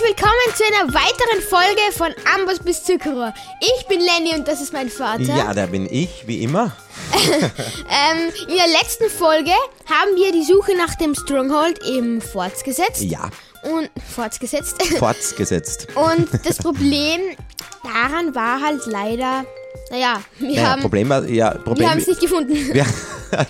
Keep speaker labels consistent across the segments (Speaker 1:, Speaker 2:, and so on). Speaker 1: willkommen zu einer weiteren Folge von Amboss bis Zuckerrohr. Ich bin Lenny und das ist mein Vater.
Speaker 2: Ja, da bin ich, wie immer.
Speaker 1: Ähm, in der letzten Folge haben wir die Suche nach dem Stronghold eben fortgesetzt.
Speaker 2: Ja,
Speaker 1: Und fortgesetzt.
Speaker 2: fortgesetzt.
Speaker 1: Und das Problem daran war halt leider, naja, wir
Speaker 2: Naja,
Speaker 1: haben
Speaker 2: Problem war, ja, Problem.
Speaker 1: wir haben es nicht gefunden.
Speaker 2: wir,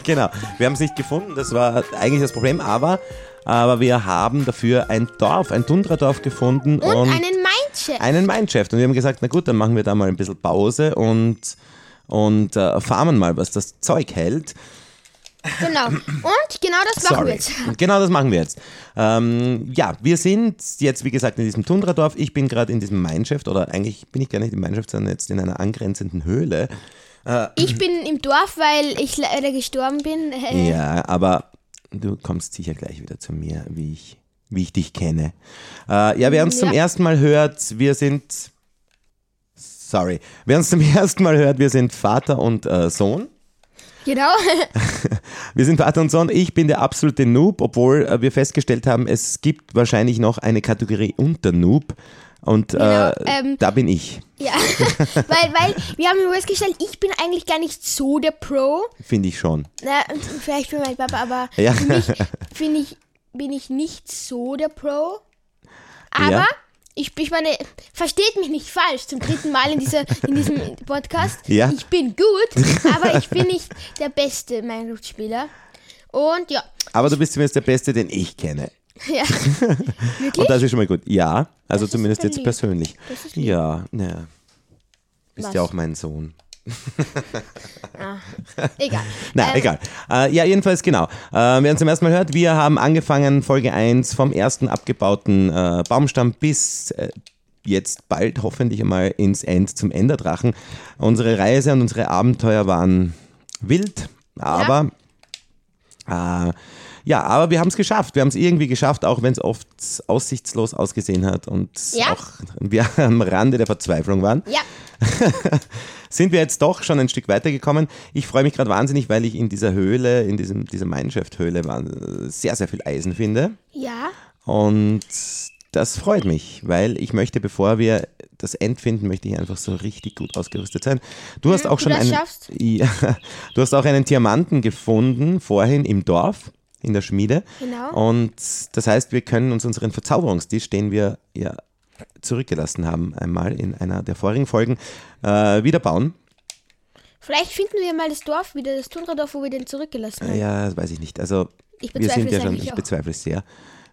Speaker 2: genau, wir haben es nicht gefunden, das war eigentlich das Problem, aber, aber wir haben dafür ein Dorf, ein Tundradorf gefunden und,
Speaker 1: Und, einen Mindshift.
Speaker 2: einen Mineshaft. Und wir haben gesagt, na gut, dann machen wir da mal ein bisschen Pause und, und äh, farmen mal, was das Zeug hält.
Speaker 1: Genau. Und genau das machen wir
Speaker 2: Sorry.
Speaker 1: jetzt.
Speaker 2: Genau das machen wir jetzt. Ähm, ja, wir sind jetzt, wie gesagt, in diesem Tundradorf. Ich bin gerade in diesem Mineshaft, oder eigentlich bin ich gar nicht im Mineshaft, sondern jetzt in einer angrenzenden Höhle.
Speaker 1: Ich bin im Dorf, weil ich leider gestorben bin. Äh,
Speaker 2: Ja, aber du kommst sicher gleich wieder zu mir, wie ich, wie ich dich kenne. Äh, ja, wer uns zum
Speaker 1: Ja.
Speaker 2: ersten Mal hört, wir sind. Sorry. Wer uns zum ersten Mal hört, wir sind Vater und äh, Sohn.
Speaker 1: Genau.
Speaker 2: Wir sind Vater und Sohn. Ich bin der absolute Noob, obwohl äh, wir festgestellt haben, es gibt wahrscheinlich noch eine Kategorie unter Noob. Und
Speaker 1: Genau,
Speaker 2: äh,
Speaker 1: ähm,
Speaker 2: da bin ich,
Speaker 1: Ja, weil, weil wir haben festgestellt, ich bin eigentlich gar nicht so der Pro.
Speaker 2: finde ich schon.
Speaker 1: Na, vielleicht für meinen Papa, aber
Speaker 2: Ja.
Speaker 1: für mich bin ich, bin ich nicht so der Pro. Aber
Speaker 2: Ja.
Speaker 1: ich, ich meine, versteht mich nicht falsch zum dritten Mal in, dieser, in diesem Podcast.
Speaker 2: Ja.
Speaker 1: Ich bin gut, aber ich bin nicht der beste Minecraft-Spieler. Und ja,
Speaker 2: Aber du bist zumindest der Beste, den ich kenne.
Speaker 1: ja.
Speaker 2: Und
Speaker 1: wirklich?
Speaker 2: das ist schon mal gut. Ja, also
Speaker 1: ist
Speaker 2: zumindest
Speaker 1: aber
Speaker 2: jetzt
Speaker 1: lieb.
Speaker 2: persönlich.
Speaker 1: Das ist lieb.
Speaker 2: Ja, naja. Bist
Speaker 1: Was?
Speaker 2: ja auch mein Sohn.
Speaker 1: Egal.
Speaker 2: Na,
Speaker 1: Ähm,
Speaker 2: egal. Äh, ja, jedenfalls genau. Äh, wer uns zum ersten Mal hört, wir haben angefangen, Folge 1 vom ersten abgebauten äh, Baumstamm bis äh, jetzt bald hoffentlich einmal ins End zum Enderdrachen. Unsere Reise und unsere Abenteuer waren wild, aber ja, äh, ja aber wir haben es geschafft. Wir haben es irgendwie geschafft, auch wenn es oft aussichtslos ausgesehen hat und
Speaker 1: Ja.
Speaker 2: auch wir am Rande der Verzweiflung waren
Speaker 1: Ja,
Speaker 2: sind wir jetzt doch schon ein Stück weitergekommen. Ich freue mich gerade wahnsinnig, weil ich in dieser Höhle, in diesem, dieser Mineshaft-Höhle wa- sehr, sehr viel Eisen finde.
Speaker 1: ja.
Speaker 2: Und das freut mich, weil ich möchte, bevor wir das End finden, möchte ich einfach so richtig gut ausgerüstet sein. Du hast auch
Speaker 1: Hm, du
Speaker 2: schon
Speaker 1: das
Speaker 2: einen,
Speaker 1: schaffst?
Speaker 2: ja, du hast auch einen Diamanten gefunden vorhin im Dorf, in der Schmiede.
Speaker 1: Genau.
Speaker 2: Und das heißt, wir können uns unseren Verzauberungstisch, den wir ja zurückgelassen haben, einmal in einer der vorigen Folgen, äh, wieder bauen.
Speaker 1: Vielleicht finden wir mal das Dorf wieder, das Tundradorf, wo wir den zurückgelassen haben.
Speaker 2: Ja, das weiß ich nicht. Also
Speaker 1: Ich
Speaker 2: wir
Speaker 1: bezweifle
Speaker 2: sind ja
Speaker 1: es
Speaker 2: schon,
Speaker 1: eigentlich
Speaker 2: ich
Speaker 1: auch.
Speaker 2: bezweifle es sehr.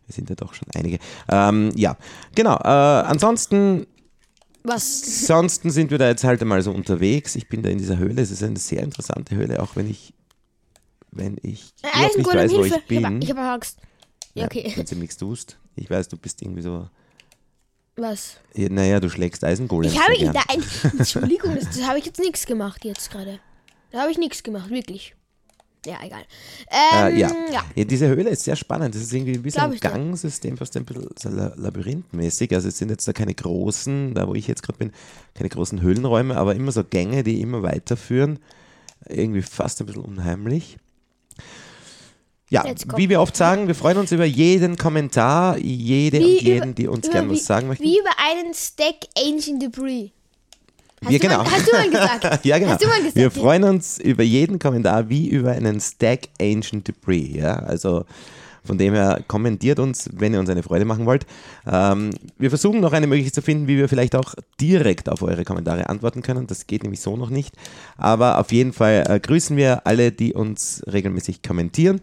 Speaker 2: Wir sind ja doch schon einige. Ähm, ja, genau. Äh, ansonsten,
Speaker 1: Was?
Speaker 2: ansonsten sind wir da jetzt halt einmal so unterwegs. Ich bin da in dieser Höhle. Es ist eine sehr interessante Höhle, auch wenn ich, wenn ich
Speaker 1: Äh,
Speaker 2: überhaupt nicht
Speaker 1: Eisengolem,
Speaker 2: weiß, wo
Speaker 1: Hilfe!
Speaker 2: ich bin.
Speaker 1: Ich habe hab Angst. Ja, okay.
Speaker 2: Wenn du nichts tust. Ich weiß, du bist irgendwie so.
Speaker 1: Was?
Speaker 2: Ja, Naja, du schlägst Eisengolem.
Speaker 1: Ich habe
Speaker 2: so gern.
Speaker 1: da ein, Entschuldigung, das, das habe ich jetzt nichts gemacht jetzt gerade. Da habe ich nichts gemacht, wirklich. Ja, egal. Ähm,
Speaker 2: Äh, ja.
Speaker 1: ja.
Speaker 2: ja, diese Höhle ist sehr spannend. Das ist irgendwie ein bisschen
Speaker 1: Glaub
Speaker 2: ein
Speaker 1: ich dir.
Speaker 2: Gangsystem, fast ein bisschen so la- labyrinthmäßig. Also es sind jetzt da keine großen, da wo ich jetzt gerade bin, keine großen Höhlenräume, aber immer so Gänge, die immer weiterführen. Irgendwie fast ein bisschen unheimlich. Ja,
Speaker 1: Jetzt kommt-
Speaker 2: wie wir oft sagen, wir freuen uns über jeden Kommentar, jede
Speaker 1: Wie
Speaker 2: und jeden,
Speaker 1: über-
Speaker 2: die uns
Speaker 1: über-
Speaker 2: gerne
Speaker 1: wie,
Speaker 2: was sagen möchten.
Speaker 1: Wie über einen Stack Ancient Debris. Hast
Speaker 2: Ja,
Speaker 1: du
Speaker 2: genau.
Speaker 1: Mal, hast du mal gesagt.
Speaker 2: Ja, genau.
Speaker 1: Hast du mal gesagt,
Speaker 2: wir
Speaker 1: ja.
Speaker 2: freuen uns über jeden Kommentar wie über einen Stack Ancient Debris. Ja? Also von dem her kommentiert uns, wenn ihr uns eine Freude machen wollt. Ähm, wir versuchen noch eine Möglichkeit zu finden, wie wir vielleicht auch direkt auf eure Kommentare antworten können. Das geht nämlich so noch nicht. Aber auf jeden Fall äh, grüßen wir alle, die uns regelmäßig kommentieren.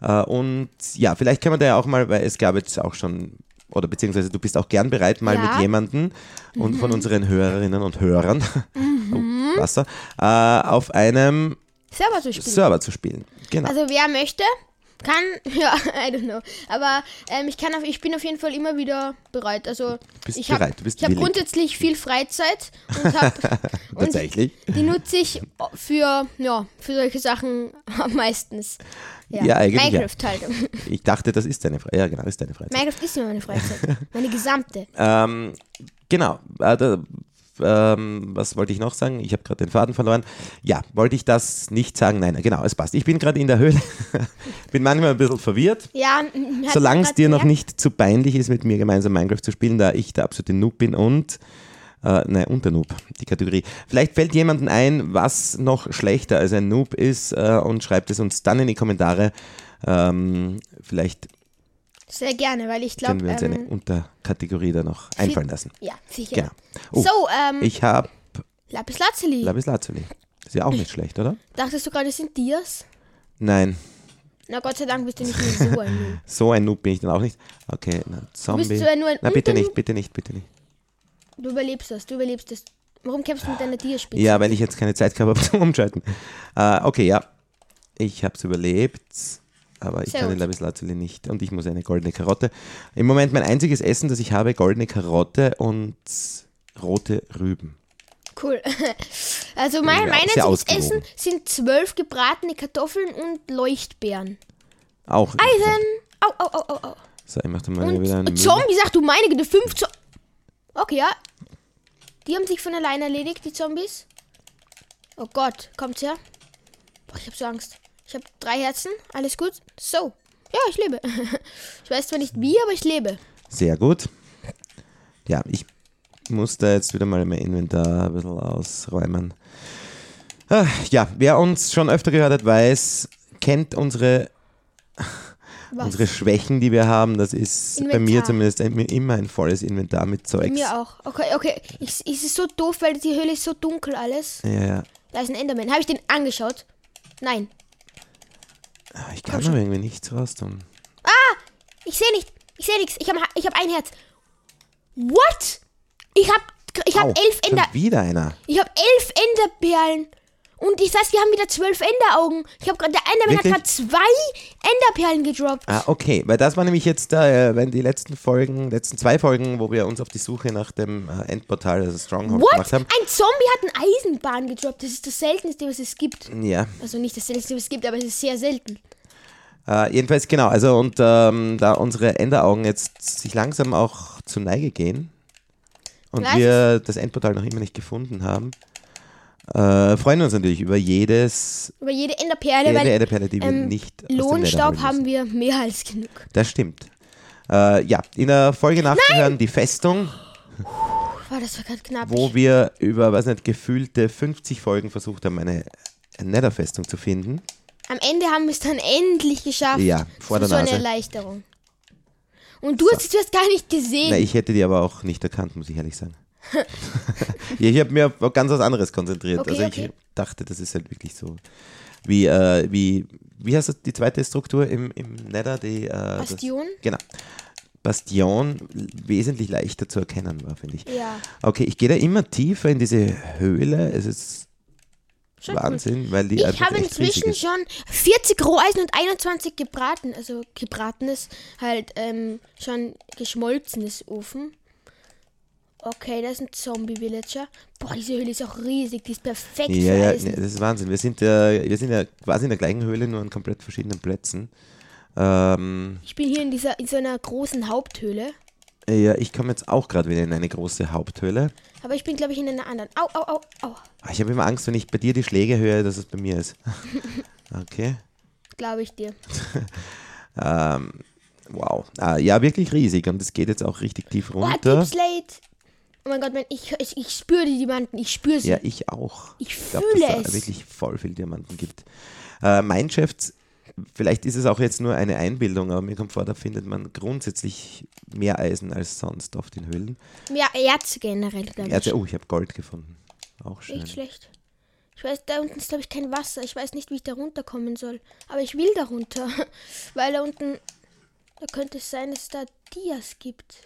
Speaker 2: Äh, und ja, vielleicht können wir da ja auch mal, weil es gab jetzt auch schon, oder beziehungsweise du bist auch gern bereit, mal
Speaker 1: Ja. Mhm.
Speaker 2: mit jemandem und von unseren Hörerinnen und Hörern oh, Wasser, äh, auf einem
Speaker 1: Server zu spielen.
Speaker 2: Server zu spielen. Genau.
Speaker 1: Also wer möchte, kann, ja, I don't know. Aber ähm, ich kann auf, ich bin auf jeden Fall immer wieder bereit. Also
Speaker 2: Bist
Speaker 1: ich habe
Speaker 2: bereit, du bist
Speaker 1: ich habe
Speaker 2: willig.
Speaker 1: grundsätzlich viel Freizeit und habe
Speaker 2: Tatsächlich.
Speaker 1: Die nutze ich für, ja, für solche Sachen meistens.
Speaker 2: Ja, eigentlich ja.
Speaker 1: Minecraft halt.
Speaker 2: Ich dachte, das ist deine Freizeit. Ja, genau, ist deine Freizeit.
Speaker 1: Minecraft ist ja meine Freizeit. Meine gesamte.
Speaker 2: Ähm, genau. Äh, da, ähm, was wollte ich noch sagen? Ich habe gerade den Faden verloren. Ja, wollte ich das nicht sagen? Nein, genau, es passt. Ich bin gerade in der Höhle, bin manchmal ein bisschen verwirrt.
Speaker 1: Ja, hat
Speaker 2: Solange
Speaker 1: man
Speaker 2: es
Speaker 1: grad
Speaker 2: dir noch
Speaker 1: gemerkt.
Speaker 2: nicht zu peinlich ist, mit mir gemeinsam Minecraft zu spielen, da ich der absolute Noob bin und. Äh, nein, unter Noob, die Kategorie. Vielleicht fällt jemandem ein, was noch schlechter als ein Noob ist äh, und schreibt es uns dann in die Kommentare. Ähm, vielleicht
Speaker 1: Sehr gerne, weil ich
Speaker 2: können
Speaker 1: glaube.
Speaker 2: wir uns eine
Speaker 1: Ähm,
Speaker 2: Unterkategorie da noch einfallen lassen.
Speaker 1: ja, sicher.
Speaker 2: Genau. Oh,
Speaker 1: so, ähm,
Speaker 2: ich habe
Speaker 1: Lapis Lazuli.
Speaker 2: Lapis Lazuli. Ist ja auch nicht schlecht, oder?
Speaker 1: Dachtest du gerade, es sind Dias?
Speaker 2: Nein,
Speaker 1: Na Gott sei Dank bist du nicht mehr so ein Noob.
Speaker 2: so ein Noob bin ich dann auch nicht. Okay, na, Zombie.
Speaker 1: so ein- nur ein
Speaker 2: na, bitte
Speaker 1: Unter-
Speaker 2: nicht, bitte nicht, bitte nicht.
Speaker 1: Du überlebst das, du überlebst das. Warum kämpfst du mit deiner Tierspitze?
Speaker 2: Ja, weil ich jetzt keine Zeit gehabt habe zum Umschalten. Äh, okay, ja. Ich habe es überlebt, aber ich
Speaker 1: Sehr
Speaker 2: kann
Speaker 1: gut.
Speaker 2: den Lapis Lazuli nicht. Und ich muss eine goldene Karotte. Im Moment mein einziges Essen, das ich habe, goldene Karotte und rote Rüben.
Speaker 1: Cool. Also mein,
Speaker 2: Ja,
Speaker 1: mein
Speaker 2: sehr
Speaker 1: einziges
Speaker 2: ausgewogen.
Speaker 1: Essen sind zwölf gebratene Kartoffeln und Leuchtbeeren.
Speaker 2: Auch.
Speaker 1: Eisen! Au, au, au, au, au.
Speaker 2: So, ich mache mal wieder
Speaker 1: Und,
Speaker 2: einen
Speaker 1: und
Speaker 2: Müll.
Speaker 1: Zombie sagt, du meine Güte, fünf Zo Okay, ja. Die haben sich von allein erledigt, die Zombies. Oh Gott, kommt's her. Boah, ich hab so Angst. Ich hab drei Herzen, alles gut. So. Ja, ich lebe. Ich weiß zwar nicht wie, aber ich lebe.
Speaker 2: Sehr gut. Ja, ich muss da jetzt wieder mal mein Inventar ein bisschen ausräumen. Ah, Ja, wer uns schon öfter gehört hat, weiß, kennt unsere,
Speaker 1: Was?
Speaker 2: unsere Schwächen, die wir haben. Das ist bei mir
Speaker 1: Inventar.
Speaker 2: zumindest ein, immer ein volles Inventar mit Zeugs.
Speaker 1: Mir auch. Okay, okay. Ich, ich- es ist so doof, weil die Höhle ist so dunkel alles.
Speaker 2: Ja, ja.
Speaker 1: Da ist ein Enderman. Habe ich den angeschaut? Nein.
Speaker 2: Ah, Ich kann aber irgendwie nichts raus tun.
Speaker 1: Ah! Ich sehe nicht. Ich sehe nichts. Ich habe ich hab ein Herz. What? Ich habe ich hab
Speaker 2: Au,
Speaker 1: elf
Speaker 2: schon
Speaker 1: Ender.
Speaker 2: Wieder einer.
Speaker 1: Ich habe elf Enderperlen. Und ich weiß, wir haben wieder zwölf Enderaugen. Ich habe gerade der Enderman
Speaker 2: Wirklich?
Speaker 1: hat gerade zwei Enderperlen gedroppt.
Speaker 2: Ah, okay, weil das war nämlich jetzt, äh, wenn die letzten Folgen, letzten zwei Folgen, wo wir uns auf die Suche nach dem äh, Endportal, also Stronghold,
Speaker 1: What?
Speaker 2: gemacht haben.
Speaker 1: Ein Zombie hat eine Eisenbahn gedroppt. Das ist das seltenste, was es gibt.
Speaker 2: Ja,
Speaker 1: Also nicht das seltenste, was es gibt, aber es ist sehr selten.
Speaker 2: Äh, jedenfalls genau, also und ähm, da unsere Enderaugen jetzt sich langsam auch zur Neige gehen und
Speaker 1: Was?
Speaker 2: wir das Endportal noch immer nicht gefunden haben, äh, freuen wir uns natürlich über jedes
Speaker 1: Über jede Enderperle,
Speaker 2: jede
Speaker 1: weil
Speaker 2: Enderperle, die wir
Speaker 1: ähm,
Speaker 2: nicht aus dem Nether
Speaker 1: Lohnstaub
Speaker 2: holen
Speaker 1: haben
Speaker 2: müssen.
Speaker 1: wir mehr als genug.
Speaker 2: Das stimmt. Äh, ja, in der Folge nachzuhören, die Festung,
Speaker 1: Boah, das war gerade knapp.
Speaker 2: wo wir über, weiß nicht, gefühlte 50 Folgen versucht haben, eine Netherfestung zu finden.
Speaker 1: Am Ende haben wir es dann endlich geschafft.
Speaker 2: Ja, vor
Speaker 1: das
Speaker 2: der
Speaker 1: war
Speaker 2: Nase.
Speaker 1: so eine Erleichterung. Und du hast es du hast gar nicht gesehen.
Speaker 2: Na, ich hätte die aber auch nicht erkannt, muss ich ehrlich sagen. ja, ich habe mir auf ganz was anderes konzentriert.
Speaker 1: Okay,
Speaker 2: also ich
Speaker 1: okay.
Speaker 2: dachte, das ist halt wirklich so. Wie, äh, wie, wie heißt das, die zweite Struktur im, im Nether? Die, äh,
Speaker 1: Bastion?
Speaker 2: Das, genau. Bastion wesentlich leichter zu erkennen war, finde ich.
Speaker 1: Ja,
Speaker 2: Okay, ich gehe da immer tiefer in diese Höhle. Es ist
Speaker 1: schon cool.
Speaker 2: Wahnsinn, weil die
Speaker 1: Ich
Speaker 2: einfach
Speaker 1: habe
Speaker 2: echt riesig
Speaker 1: inzwischen
Speaker 2: ist.
Speaker 1: schon 40 Roheisen und 21 gebraten, also gebratenes, halt ähm, schon geschmolzenes Ofen. Okay, das ist ein Zombie-Villager. Boah, diese Höhle ist auch riesig, die ist perfekt
Speaker 2: Ja,
Speaker 1: für
Speaker 2: ja, ne.
Speaker 1: Eisen.
Speaker 2: nee, das ist Wahnsinn. Wir sind, ja, wir sind ja quasi in der gleichen Höhle, nur an komplett verschiedenen Plätzen. Ähm,
Speaker 1: Ich bin hier in dieser in so einer großen Haupthöhle.
Speaker 2: Ja, ich komme jetzt auch gerade wieder in eine große Haupthöhle.
Speaker 1: Aber ich bin, glaube ich, in einer anderen. Au, au, au, au.
Speaker 2: Ah, Ich habe immer Angst, wenn ich bei dir die Schläge höre, dass es bei mir ist. Okay.
Speaker 1: Glaube ich dir.
Speaker 2: Wow. Ah, ja, wirklich riesig. Und es geht jetzt auch richtig tief
Speaker 1: Oh, Deep
Speaker 2: runter.
Speaker 1: Slate. Oh mein Gott, mein, ich, ich, ich spüre die Diamanten. Ich spüre sie.
Speaker 2: Ja, ich auch.
Speaker 1: Ich
Speaker 2: glaub,
Speaker 1: fühle
Speaker 2: dass da
Speaker 1: es.
Speaker 2: wirklich voll viel Diamanten gibt. Äh, Minecraft, vielleicht ist es auch jetzt nur eine Einbildung, aber mir kommt vor, da findet man grundsätzlich mehr Eisen als sonst auf den Höhlen.
Speaker 1: ja Erze generell, glaube ich.
Speaker 2: Also, oh, ich habe Gold gefunden. Auch schön.
Speaker 1: Nicht schlecht. Ich weiß, da unten ist, glaube ich, kein Wasser. Ich weiß nicht, wie ich da runterkommen soll. Aber ich will da runter. Weil da unten. Da könnte es sein, dass es da Dias gibt.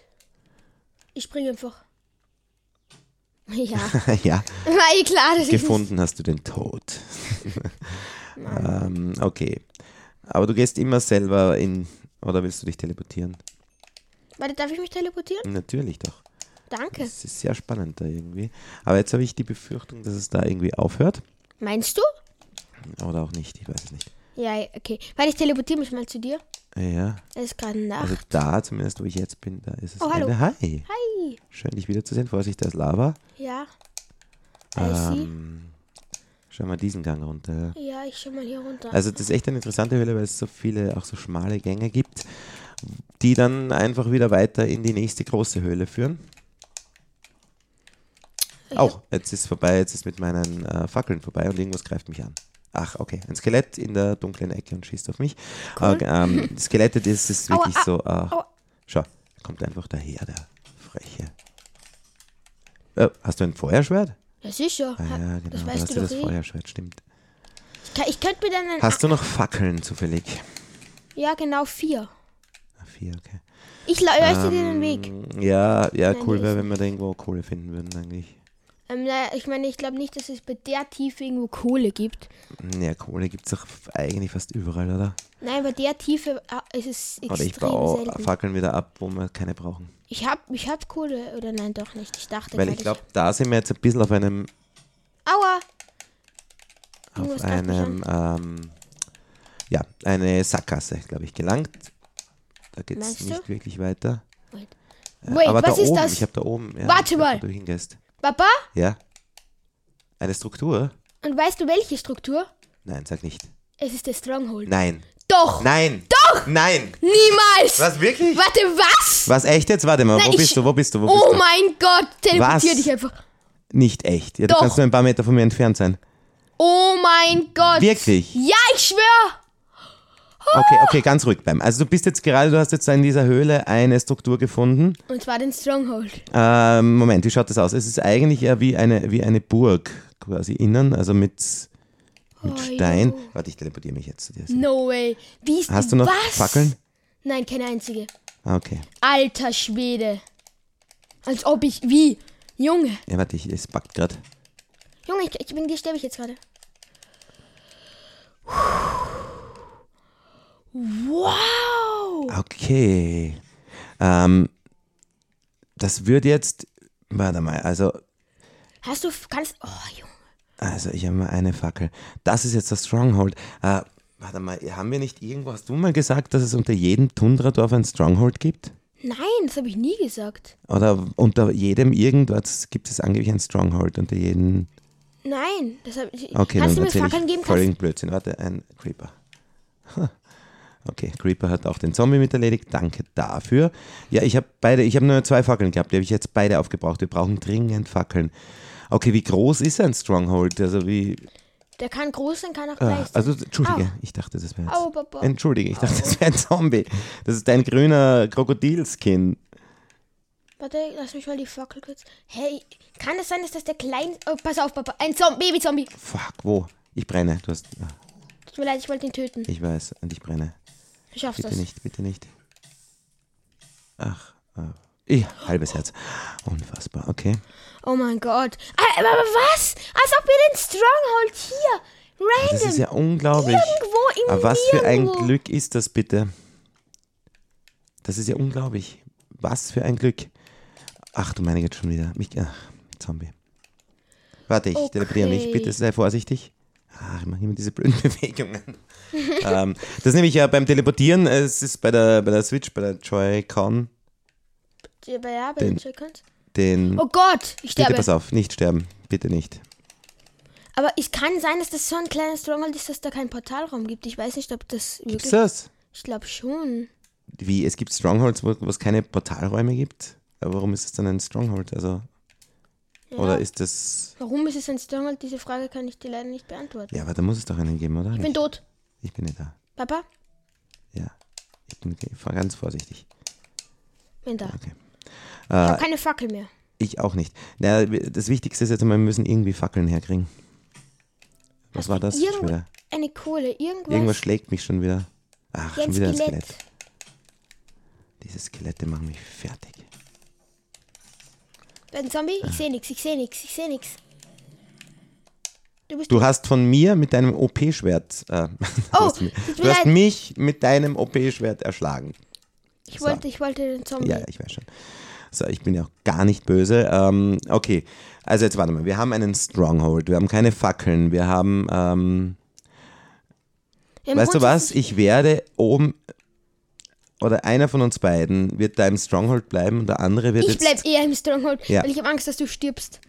Speaker 1: Ich springe einfach. Ja,
Speaker 2: ja.
Speaker 1: war eh klar, dass ich nicht.
Speaker 2: Gefunden hast du den Tod. ähm, okay. Aber du gehst immer selber in. Oder willst du dich teleportieren?
Speaker 1: Warte, darf ich mich teleportieren?
Speaker 2: Natürlich doch.
Speaker 1: Danke.
Speaker 2: Es ist sehr spannend da irgendwie. Aber jetzt habe ich die Befürchtung, dass es da irgendwie aufhört.
Speaker 1: Meinst du?
Speaker 2: Oder auch nicht, ich weiß es nicht.
Speaker 1: Ja, ja, okay. Warte, ich teleportiere mich mal zu dir.
Speaker 2: Ja,
Speaker 1: Es ist gerade
Speaker 2: also
Speaker 1: Nacht.
Speaker 2: da zumindest, wo ich jetzt bin, da ist es
Speaker 1: Oh, hallo.
Speaker 2: Ende. Hi.
Speaker 1: Hi.
Speaker 2: Schön, dich wiederzusehen. Vorsicht, da ist Lava.
Speaker 1: Ja. Ja. I see.
Speaker 2: Ähm, schau mal diesen Gang runter.
Speaker 1: Ja, ich schau mal hier runter.
Speaker 2: Also das ist echt eine interessante Höhle, weil es so viele, auch so schmale Gänge gibt, die dann einfach wieder weiter in die nächste große Höhle führen.
Speaker 1: Ich
Speaker 2: Auch, jetzt ist vorbei, jetzt ist mit meinen äh, Fackeln vorbei und irgendwas greift mich an. Ach, okay, ein Skelett in der dunklen Ecke und schießt auf mich. Äh, ähm, Skelettet ist es
Speaker 1: Aua,
Speaker 2: wirklich
Speaker 1: ah,
Speaker 2: so, ach,
Speaker 1: aua.
Speaker 2: schau, kommt einfach daher, der Freche. Äh, hast du ein Feuerschwert?
Speaker 1: Ja, sicher.
Speaker 2: Ah, ja, genau,
Speaker 1: das
Speaker 2: da
Speaker 1: weißt
Speaker 2: hast
Speaker 1: du
Speaker 2: du
Speaker 1: doch
Speaker 2: das
Speaker 1: eh.
Speaker 2: Feuerschwert, stimmt.
Speaker 1: Ich, kann, ich könnte mir dann einen.
Speaker 2: Hast du noch Fackeln zufällig?
Speaker 1: ja, genau, vier.
Speaker 2: Ah, vier, okay.
Speaker 1: Ich le- leuchte dir den Weg.
Speaker 2: Mm, Ja, ja,
Speaker 1: Nein,
Speaker 2: cool
Speaker 1: die
Speaker 2: wäre,
Speaker 1: ist-
Speaker 2: wenn wir da irgendwo Kohle finden würden, eigentlich.
Speaker 1: Ähm, naja, ich meine, ich glaube nicht, dass es bei der Tiefe irgendwo Kohle gibt.
Speaker 2: Mm, Ja, Kohle gibt es doch f- eigentlich fast überall, oder?
Speaker 1: Nein, bei der Tiefe ah, ist es extrem
Speaker 2: Oder ich baue
Speaker 1: selten.
Speaker 2: Fackeln wieder ab, wo wir keine brauchen.
Speaker 1: Ich hab, ich hab Kohle. Oder nein, doch nicht. Ich dachte
Speaker 2: Weil
Speaker 1: grad,
Speaker 2: ich glaube, da sind wir jetzt ein bisschen auf einem,
Speaker 1: Aua!
Speaker 2: auf
Speaker 1: Irgendwas greift mich
Speaker 2: einem, ähm, ja, eine Sackgasse, glaube ich, gelangt. Da geht es
Speaker 1: Meinst du?
Speaker 2: nicht wirklich weiter.
Speaker 1: Wait.
Speaker 2: Äh,
Speaker 1: Wait,
Speaker 2: aber
Speaker 1: was
Speaker 2: da
Speaker 1: ist
Speaker 2: oben,
Speaker 1: das?
Speaker 2: ich habe da oben, ja,
Speaker 1: Warte
Speaker 2: ich glaub,
Speaker 1: mal.
Speaker 2: wo du hingehst.
Speaker 1: Papa?
Speaker 2: Ja. Eine Struktur?
Speaker 1: Und weißt du welche Struktur?
Speaker 2: Nein, sag nicht.
Speaker 1: Es ist der Stronghold.
Speaker 2: Nein.
Speaker 1: Doch!
Speaker 2: Nein. Doch. Nein.
Speaker 1: Niemals!
Speaker 2: Was wirklich?
Speaker 1: Warte, was?
Speaker 2: Was echt jetzt? Warte mal,
Speaker 1: Nein,
Speaker 2: wo
Speaker 1: ich-
Speaker 2: bist du? Wo bist du? Wo bist
Speaker 1: Oh
Speaker 2: du?
Speaker 1: mein Gott! Teleportier
Speaker 2: Was?
Speaker 1: dich einfach.
Speaker 2: Nicht echt. Ja, du
Speaker 1: Doch.
Speaker 2: kannst nur ein paar Meter von mir entfernt sein.
Speaker 1: Oh mein Gott!
Speaker 2: Wirklich?
Speaker 1: Ja, ich schwör!
Speaker 2: Okay, okay, ganz ruhig bleiben. Also du bist jetzt gerade, du hast jetzt da in dieser Höhle eine Struktur gefunden.
Speaker 1: Und zwar den Stronghold.
Speaker 2: Ähm, Moment, wie schaut das aus? Es ist eigentlich ja wie eine, wie eine Burg quasi innen, also mit, mit
Speaker 1: Oh,
Speaker 2: Stein.
Speaker 1: jo.
Speaker 2: Warte, ich teleportiere mich jetzt zu dir.
Speaker 1: No way. Wie ist
Speaker 2: Hast du noch
Speaker 1: was?
Speaker 2: Fackeln?
Speaker 1: Nein, keine einzige.
Speaker 2: Ah, okay.
Speaker 1: Alter Schwede. Als ob ich. Wie? Junge.
Speaker 2: Ja, warte, ich, es backt gerade.
Speaker 1: Junge, ich, ich bin dir sterbe ich jetzt gerade. Wow!
Speaker 2: Okay. Ähm, das würde jetzt. Warte mal, also
Speaker 1: Hast du. Kannst. Oh, Junge.
Speaker 2: Also, ich habe mal eine Fackel. Das ist jetzt das Stronghold. Äh, warte mal, haben wir nicht irgendwo, hast du mal gesagt, dass es unter jedem Tundradorf ein Stronghold gibt?
Speaker 1: Nein, das habe ich nie gesagt.
Speaker 2: Oder unter jedem irgendwas gibt es angeblich ein Stronghold unter jedem.
Speaker 1: Nein, das habe ich.
Speaker 2: Okay,
Speaker 1: kannst du
Speaker 2: dann
Speaker 1: mir Fackeln
Speaker 2: erzähl
Speaker 1: geben?
Speaker 2: ich völligen Blödsinn. Warte, ein Creeper. Ha. Okay, Creeper hat auch den Zombie mit erledigt. Danke dafür. Ja, ich habe beide, ich habe nur zwei Fackeln gehabt. Die habe ich jetzt beide aufgebraucht. Wir brauchen dringend Fackeln. Okay, wie groß ist ein Stronghold? Also wie,
Speaker 1: Kannst, der kann groß sein, kann auch
Speaker 2: Ah,
Speaker 1: gleich sein.
Speaker 2: also, Entschuldige, ich dachte, das wäre
Speaker 1: Au, Papa.
Speaker 2: jetzt. Entschuldige, ich dachte, das wäre ein Zombie. Das ist ein grüner Krokodilskin.
Speaker 1: Warte, lass mich mal die Fackel kurz. Hey, kann es sein, dass das der kleine. Oh, pass auf, Papa. Ein Zombie, Baby-Zombie.
Speaker 2: Fuck, wo? Ich brenne. Du hast, ah,
Speaker 1: Tut mir leid, ich wollte ihn töten.
Speaker 2: ich weiß, und ich brenne.
Speaker 1: Ich schaff's
Speaker 2: Bitte
Speaker 1: das.
Speaker 2: nicht, bitte nicht. Ach, ah, ich, halbes Herz. Unfassbar, okay.
Speaker 1: Oh mein Gott. Ah, Aber was? Als ob wir den Stronghold hier.
Speaker 2: Das
Speaker 1: Random.
Speaker 2: ist ja unglaublich.
Speaker 1: irgendwo im
Speaker 2: Aber was für ein
Speaker 1: Nirgendwo.
Speaker 2: Glück ist das bitte? Das ist ja unglaublich. Was für ein Glück. Ach du meine Güte, schon wieder. Mich, ach, Zombie. Warte, ich teleportiere mich.
Speaker 1: Okay.
Speaker 2: Bitte sei vorsichtig. Ach, ich mache immer diese blöden Bewegungen. ähm, das ist nämlich ja beim Teleportieren, äh, es ist bei der, bei der Switch, bei der Joy-Con,
Speaker 1: Ja, bei- ja, bei den
Speaker 2: Den-
Speaker 1: Chickens.
Speaker 2: den...
Speaker 1: Oh Gott, ich
Speaker 2: bitte
Speaker 1: sterbe.
Speaker 2: pass auf, nicht sterben. Bitte nicht.
Speaker 1: Aber es kann sein, dass das so ein kleines Stronghold ist, dass da keinen Portalraum gibt. Ich weiß nicht, ob das
Speaker 2: Gibt's
Speaker 1: wirklich.
Speaker 2: das?
Speaker 1: Ich glaube schon.
Speaker 2: Wie, es gibt Strongholds, wo wo es keine Portalräume gibt? Aber warum ist es dann ein Stronghold? Also, Oder ist das...
Speaker 1: Warum ist es ein Stronghold? Diese Frage kann ich dir leider nicht beantworten.
Speaker 2: Ja, aber da muss es doch einen geben, oder?
Speaker 1: Ich bin tot.
Speaker 2: ich bin nicht da.
Speaker 1: Papa?
Speaker 2: Ja. Ich bin ich war ganz vorsichtig.
Speaker 1: Bin da.
Speaker 2: Okay. Äh,
Speaker 1: Ich habe keine Fackel mehr.
Speaker 2: Ich auch nicht. Na, das Wichtigste ist jetzt einmal, wir müssen irgendwie Fackeln herkriegen. Was war das schon
Speaker 1: Irgendwo
Speaker 2: wieder?
Speaker 1: eine Kohle, irgendwas.
Speaker 2: Irgendwas schlägt mich schon wieder. Ach,
Speaker 1: Ja, ein
Speaker 2: schon wieder ein
Speaker 1: Skelett.
Speaker 2: Skelett. Diese Skelette machen mich fertig.
Speaker 1: Ein Zombie? Ich sehe nichts, ich sehe nichts, ich sehe nichts. Du bist
Speaker 2: Du hast von mir mit deinem OP-Schwert. Äh,
Speaker 1: Oh,
Speaker 2: hast du mir-
Speaker 1: tut mir
Speaker 2: du hast
Speaker 1: leid.
Speaker 2: mich mit deinem OP-Schwert erschlagen.
Speaker 1: Ich wollte, ich wollte den Zombie.
Speaker 2: Ja, ja, ich weiß schon. So, ich bin ja auch gar nicht böse. Ähm, okay, also jetzt warte mal. Wir haben einen Stronghold, wir haben keine Fackeln, wir haben. Ähm,
Speaker 1: Im
Speaker 2: weißt du
Speaker 1: Grundsatz-
Speaker 2: was? Ich werde oben oder einer von uns beiden wird da im Stronghold bleiben und der andere wird
Speaker 1: Ich
Speaker 2: jetzt.
Speaker 1: bleib eher im Stronghold,
Speaker 2: Ja.
Speaker 1: weil ich habe Angst, dass du stirbst.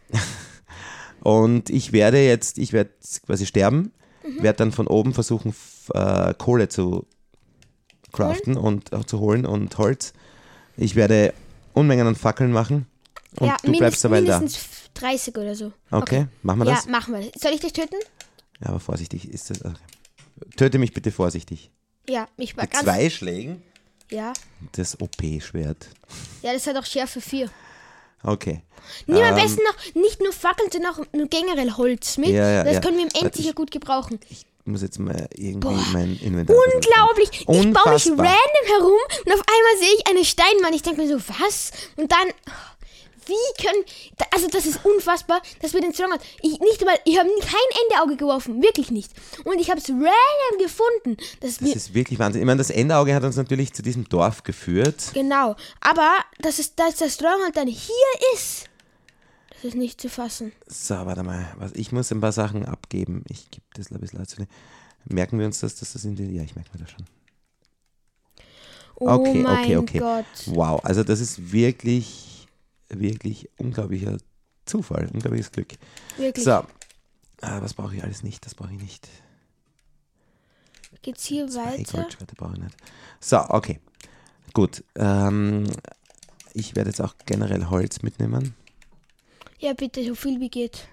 Speaker 2: Und ich werde jetzt, ich werde quasi sterben,
Speaker 1: Mhm.
Speaker 2: werde dann von oben versuchen, f- äh, Kohle zu craften und äh, zu holen und Holz. Ich werde Unmengen an Fackeln machen und
Speaker 1: ja,
Speaker 2: du bleibst dabei da.
Speaker 1: mindestens 30 oder so.
Speaker 2: Okay, machen wir
Speaker 1: Ja,
Speaker 2: das?
Speaker 1: machen wir das. Soll ich dich töten?
Speaker 2: Ja, aber vorsichtig ist das. Okay. Töte mich bitte vorsichtig.
Speaker 1: Ja, ich war
Speaker 2: Mit
Speaker 1: ganz.
Speaker 2: zwei Schlägen?
Speaker 1: Ja.
Speaker 2: Das OP-Schwert.
Speaker 1: ja, das hat auch Schärfe 4.
Speaker 2: Okay.
Speaker 1: Nimm
Speaker 2: Ähm.
Speaker 1: am besten noch nicht nur Fackeln, sondern auch nur generell Holz mit.
Speaker 2: Ja, ja,
Speaker 1: das
Speaker 2: ja.
Speaker 1: können wir im End
Speaker 2: Warte,
Speaker 1: sicher
Speaker 2: ich-
Speaker 1: gut gebrauchen.
Speaker 2: Ich muss jetzt mal irgendwie mein Inventar. ein bisschen
Speaker 1: Unglaublich! Ich baue mich
Speaker 2: Unfassbar.
Speaker 1: random herum und auf einmal sehe ich eine Steinmann. Ich denke mir so, was? Und dann. Wie können. da- Also, das ist unfassbar, dass wir den Strong hat. Ich nicht mal. Ich habe kein Endeauge geworfen. Wirklich nicht. Und ich habe es random gefunden. Das ist mir
Speaker 2: Das ist wirklich Wahnsinn. Ich meine, das Endauge hat uns natürlich zu diesem Dorf geführt.
Speaker 1: Genau. Aber dass, es, dass der Stronghold dann hier ist, das ist nicht zu fassen.
Speaker 2: So, warte mal. Was, ich muss ein paar Sachen abgeben. Ich gebe das ein bisschen dazu. Merken wir uns das, dass das in den. Ja, ich merke mir das schon.
Speaker 1: Oh
Speaker 2: Okay,
Speaker 1: mein
Speaker 2: okay, okay.
Speaker 1: Gott.
Speaker 2: Wow, also das ist wirklich, wirklich unglaublicher Zufall, unglaubliches Glück.
Speaker 1: Wirklich.
Speaker 2: So, ah, was brauche ich alles nicht? Das brauche ich nicht.
Speaker 1: Geht's hier
Speaker 2: Hey,
Speaker 1: weiter?
Speaker 2: Goldschwerte brauche ich nicht. So, okay. Gut. Ähm, ich werde jetzt auch generell Holz mitnehmen.
Speaker 1: Ja, bitte, so viel wie geht.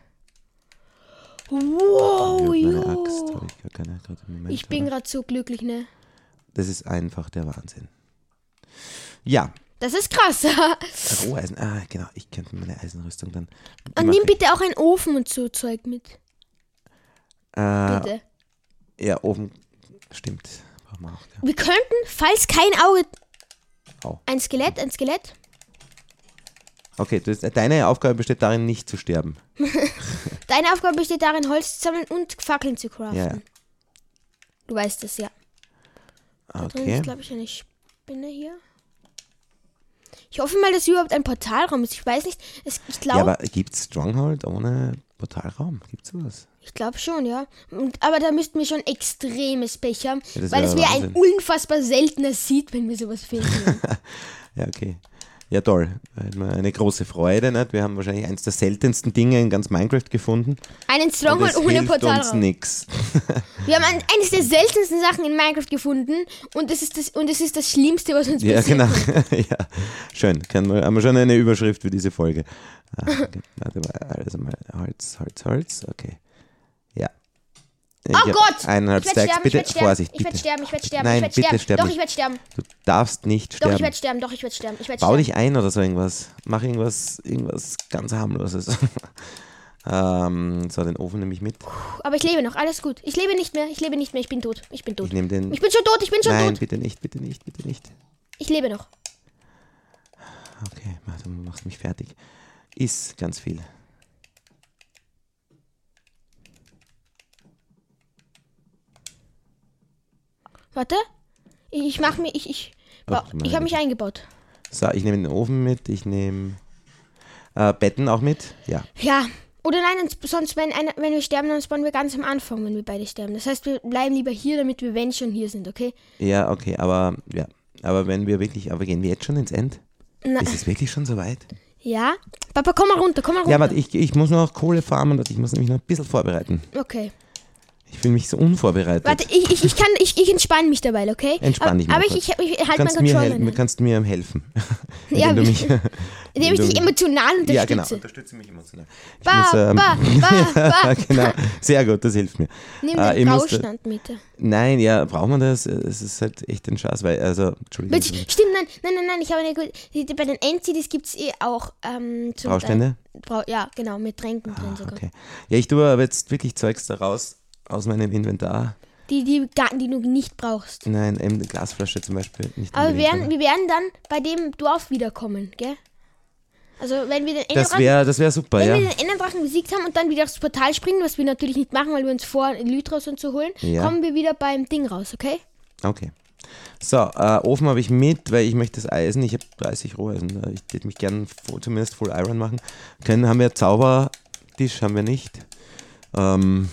Speaker 1: Wow,
Speaker 2: ich habe
Speaker 1: Oh, jo.
Speaker 2: meine Axt, habe ich gar keine gerade im Moment.
Speaker 1: Ich bin
Speaker 2: oder?
Speaker 1: gerade so glücklich, ne?
Speaker 2: das ist einfach der Wahnsinn. Ja,
Speaker 1: Das ist krass. Und
Speaker 2: Roheisen. Ah, genau. Ich könnte mir meine Eisenrüstung dann. die
Speaker 1: Ah, nimm
Speaker 2: mache ich-
Speaker 1: bitte auch einen Ofen und so Zeug mit.
Speaker 2: Äh,
Speaker 1: Bitte.
Speaker 2: ja, oben. Stimmt. Brauchen wir auch. Ja.
Speaker 1: Wir könnten, falls kein Auge.
Speaker 2: Au.
Speaker 1: Ein Skelett, ein Skelett.
Speaker 2: Okay, das, deine Aufgabe besteht darin, nicht zu sterben.
Speaker 1: Deine Aufgabe besteht darin, Holz zu sammeln und Fackeln zu craften.
Speaker 2: Ja, ja.
Speaker 1: Du weißt es, ja. Drin
Speaker 2: Okay.
Speaker 1: ist, glaube ich, eine Spinne hier. Ich hoffe mal, dass hier überhaupt ein Portalraum ist. Ich weiß nicht. Es, ich
Speaker 2: Ja,
Speaker 1: glaube
Speaker 2: aber gibt es Stronghold ohne Portalraum? Gibt es sowas?
Speaker 1: ich glaub schon, ja. Und, aber da müssten wir schon extremes Pech haben,
Speaker 2: Ja, das
Speaker 1: weil
Speaker 2: wär
Speaker 1: es wäre ein
Speaker 2: Wahnsinn.
Speaker 1: unfassbar seltener Seed, wenn wir sowas finden. würden.
Speaker 2: Ja, okay. Ja, toll. Hätten wir Eine große Freude. Nicht? Wir haben wahrscheinlich eins der seltensten Dinge in ganz Minecraft gefunden.
Speaker 1: Einen
Speaker 2: Und
Speaker 1: Stronghold
Speaker 2: es
Speaker 1: ohne
Speaker 2: hilft uns
Speaker 1: Portalraum.
Speaker 2: nichts.
Speaker 1: Wir haben ein, eines der seltensten Sachen in Minecraft gefunden und es ist das, und es ist das Schlimmste, was uns
Speaker 2: Ja,
Speaker 1: passiert.
Speaker 2: genau. ja. Schön. Kann man, haben wir schon eine Überschrift für diese Folge. Ah, okay. Warte mal. Also mal Holz, Holz, Holz. Okay. Ja. Ich
Speaker 1: Oh
Speaker 2: hab
Speaker 1: Gott!
Speaker 2: Eineinhalb
Speaker 1: ich werde
Speaker 2: Stacks.
Speaker 1: sterben,
Speaker 2: Bitte,
Speaker 1: ich werde sterben,
Speaker 2: Vorsicht,
Speaker 1: ich werde
Speaker 2: bitte.
Speaker 1: sterben, ich werde sterben,
Speaker 2: Nein,
Speaker 1: ich werde
Speaker 2: bitte
Speaker 1: sterben.
Speaker 2: sterb
Speaker 1: doch,
Speaker 2: nicht.
Speaker 1: ich werde sterben,
Speaker 2: Du darfst nicht
Speaker 1: doch, ich
Speaker 2: sterben.
Speaker 1: werde sterben, doch, ich werde sterben, ich werde
Speaker 2: Bau
Speaker 1: sterben.
Speaker 2: dich ein oder so irgendwas. Mach irgendwas, irgendwas ganz harmloses. ähm, so, den Ofen nehme ich mit.
Speaker 1: Aber ich lebe noch, alles gut. Ich lebe nicht mehr, ich lebe nicht mehr, ich bin tot. Ich bin tot.
Speaker 2: Ich nehme den.
Speaker 1: Ich bin schon tot, ich bin schon
Speaker 2: Nein,
Speaker 1: tot.
Speaker 2: bitte nicht, bitte nicht, bitte nicht.
Speaker 1: Ich lebe noch.
Speaker 2: Okay, warte, du machst mich fertig. Iss ganz viel.
Speaker 1: Warte. Ich, ich mach mir, ich, ich,
Speaker 2: Ach,
Speaker 1: ba-
Speaker 2: meine
Speaker 1: ich habe mich eingebaut.
Speaker 2: So, ich nehme den Ofen mit, ich nehme äh, Betten auch mit. Ja.
Speaker 1: Ja. Oder nein, uns- sonst, wenn, einer, wenn wir sterben, dann spawnen wir ganz am Anfang, wenn wir beide sterben. Das heißt, wir bleiben lieber hier, damit wir, wenn schon hier sind, okay?
Speaker 2: Ja, okay, aber ja. Aber wenn wir wirklich, aber gehen wir jetzt schon ins End?
Speaker 1: Na,
Speaker 2: Ist es wirklich schon soweit?
Speaker 1: ja? Papa, komm mal runter, komm mal runter.
Speaker 2: Ja, warte, ich, ich muss noch Kohle farmen, ich muss nämlich noch ein bisschen vorbereiten.
Speaker 1: Okay.
Speaker 2: Ich fühle mich so unvorbereitet.
Speaker 1: Warte, ich, ich, ich kann, ich, ich entspanne mich dabei, okay?
Speaker 2: Entspann dich mal
Speaker 1: Aber, aber ich,
Speaker 2: kurz.
Speaker 1: ich, ich halte meinen
Speaker 2: kannst mir
Speaker 1: Controller,
Speaker 2: helfen,
Speaker 1: in,
Speaker 2: kannst mir helfen.
Speaker 1: Ja,
Speaker 2: indem du mich,
Speaker 1: indem ich dich
Speaker 2: du-
Speaker 1: emotional unterstütze.
Speaker 2: ja, genau. Unterstütze mich emotional. Ich
Speaker 1: Ba,
Speaker 2: muss, ähm,
Speaker 1: ba, ba, ba.
Speaker 2: genau. Sehr gut, das hilft mir.
Speaker 1: Nimm
Speaker 2: Äh, ich
Speaker 1: den
Speaker 2: muss da-
Speaker 1: Rausstandmeter.
Speaker 2: nein, ja, braucht man das? Es ist halt echt ein Schatz, weil, also, Entschuldigung.
Speaker 1: Bitte, stimmt, nein, nein, nein, nein, ich habe eine gute. die- die- Bei den NCDs gibt es eh auch ähm, zum
Speaker 2: Baustände?
Speaker 1: Teil- Brau, ja, genau, mit Tränken drin sogar.
Speaker 2: Ah, Okay. Ja, ich tue aber jetzt wirklich Zeugs daraus aus meinem Inventar.
Speaker 1: Die, die Garten, die du nicht brauchst.
Speaker 2: Nein, eben eine Glasflasche zum Beispiel. Nicht
Speaker 1: Aber wir
Speaker 2: unbedingt,
Speaker 1: werden, wir werden dann bei dem Dorf wiederkommen, gell? Also wenn wir den
Speaker 2: Das
Speaker 1: Enderdrachen,
Speaker 2: wäre das wär super,
Speaker 1: wenn
Speaker 2: ja.
Speaker 1: wir den Enderdrachen besiegt haben und dann wieder aufs Portal springen, was wir natürlich nicht machen, weil wir uns vor Lytros und so holen,
Speaker 2: Ja.
Speaker 1: kommen wir wieder beim Ding raus, okay?
Speaker 2: Okay. So, äh, Ofen habe ich mit, weil ich möchte das Eisen. Ich habe 30 Roheisen. Äh, Ich würde mich gern fu- zumindest Full Iron machen. Können, haben wir Zaubertisch? Haben wir nicht. Ähm,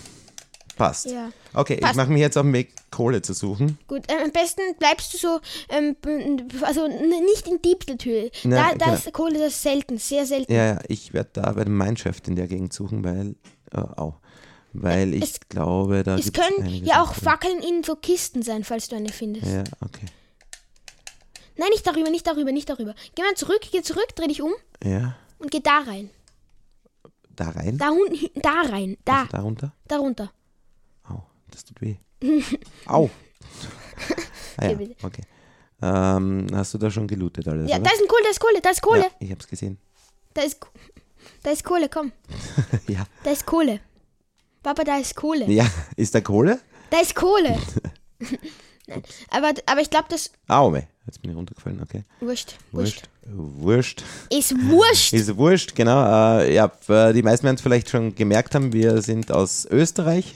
Speaker 2: Passt.
Speaker 1: Ja.
Speaker 2: Okay, ich
Speaker 1: Passt.
Speaker 2: mache mich jetzt auf den Weg, Kohle zu suchen.
Speaker 1: Gut, ähm, am besten bleibst du so, ähm, b- also n- nicht in Diebteltür. Da,
Speaker 2: Nein,
Speaker 1: da
Speaker 2: genau.
Speaker 1: ist Kohle das selten, sehr selten.
Speaker 2: Ja, ja, ich werde da bei dem Mineshaft in der Gegend suchen, weil. Äh, au. Weil ich
Speaker 1: Es-
Speaker 2: glaube, da
Speaker 1: es
Speaker 2: gibt
Speaker 1: können ja auch Fackeln in so Kisten sein, falls du eine findest.
Speaker 2: Ja, okay.
Speaker 1: Nein, nicht darüber, nicht darüber, nicht darüber. Geh mal zurück, geh zurück, dreh dich um
Speaker 2: Ja,
Speaker 1: und geh da rein.
Speaker 2: da rein.
Speaker 1: Da unten, da rein, da,
Speaker 2: Also da runter.
Speaker 1: da runter.
Speaker 2: Au, das tut weh. au! ah, ja,
Speaker 1: Geh bitte.
Speaker 2: okay. Ähm, hast du da schon gelootet alles?
Speaker 1: Ja,
Speaker 2: oder?
Speaker 1: da ist ein Kohle, da ist Kohle, da ist Kohle.
Speaker 2: Also Ja, ich hab's gesehen.
Speaker 1: Da ist, Ko- da ist Kohle, komm.
Speaker 2: ja.
Speaker 1: Da ist Kohle. Papa, da ist Kohle.
Speaker 2: ja, ist da Kohle?
Speaker 1: Da ist Kohle. aber, aber ich glaube, das.
Speaker 2: Au, weh. Jetzt bin ich runtergefallen, okay.
Speaker 1: Wurscht. Wurscht.
Speaker 2: Wurscht. Wurscht.
Speaker 1: Ist wurscht.
Speaker 2: Ist wurscht, genau. Äh, ja, f- die meisten werden es vielleicht schon gemerkt haben, wir sind aus Österreich.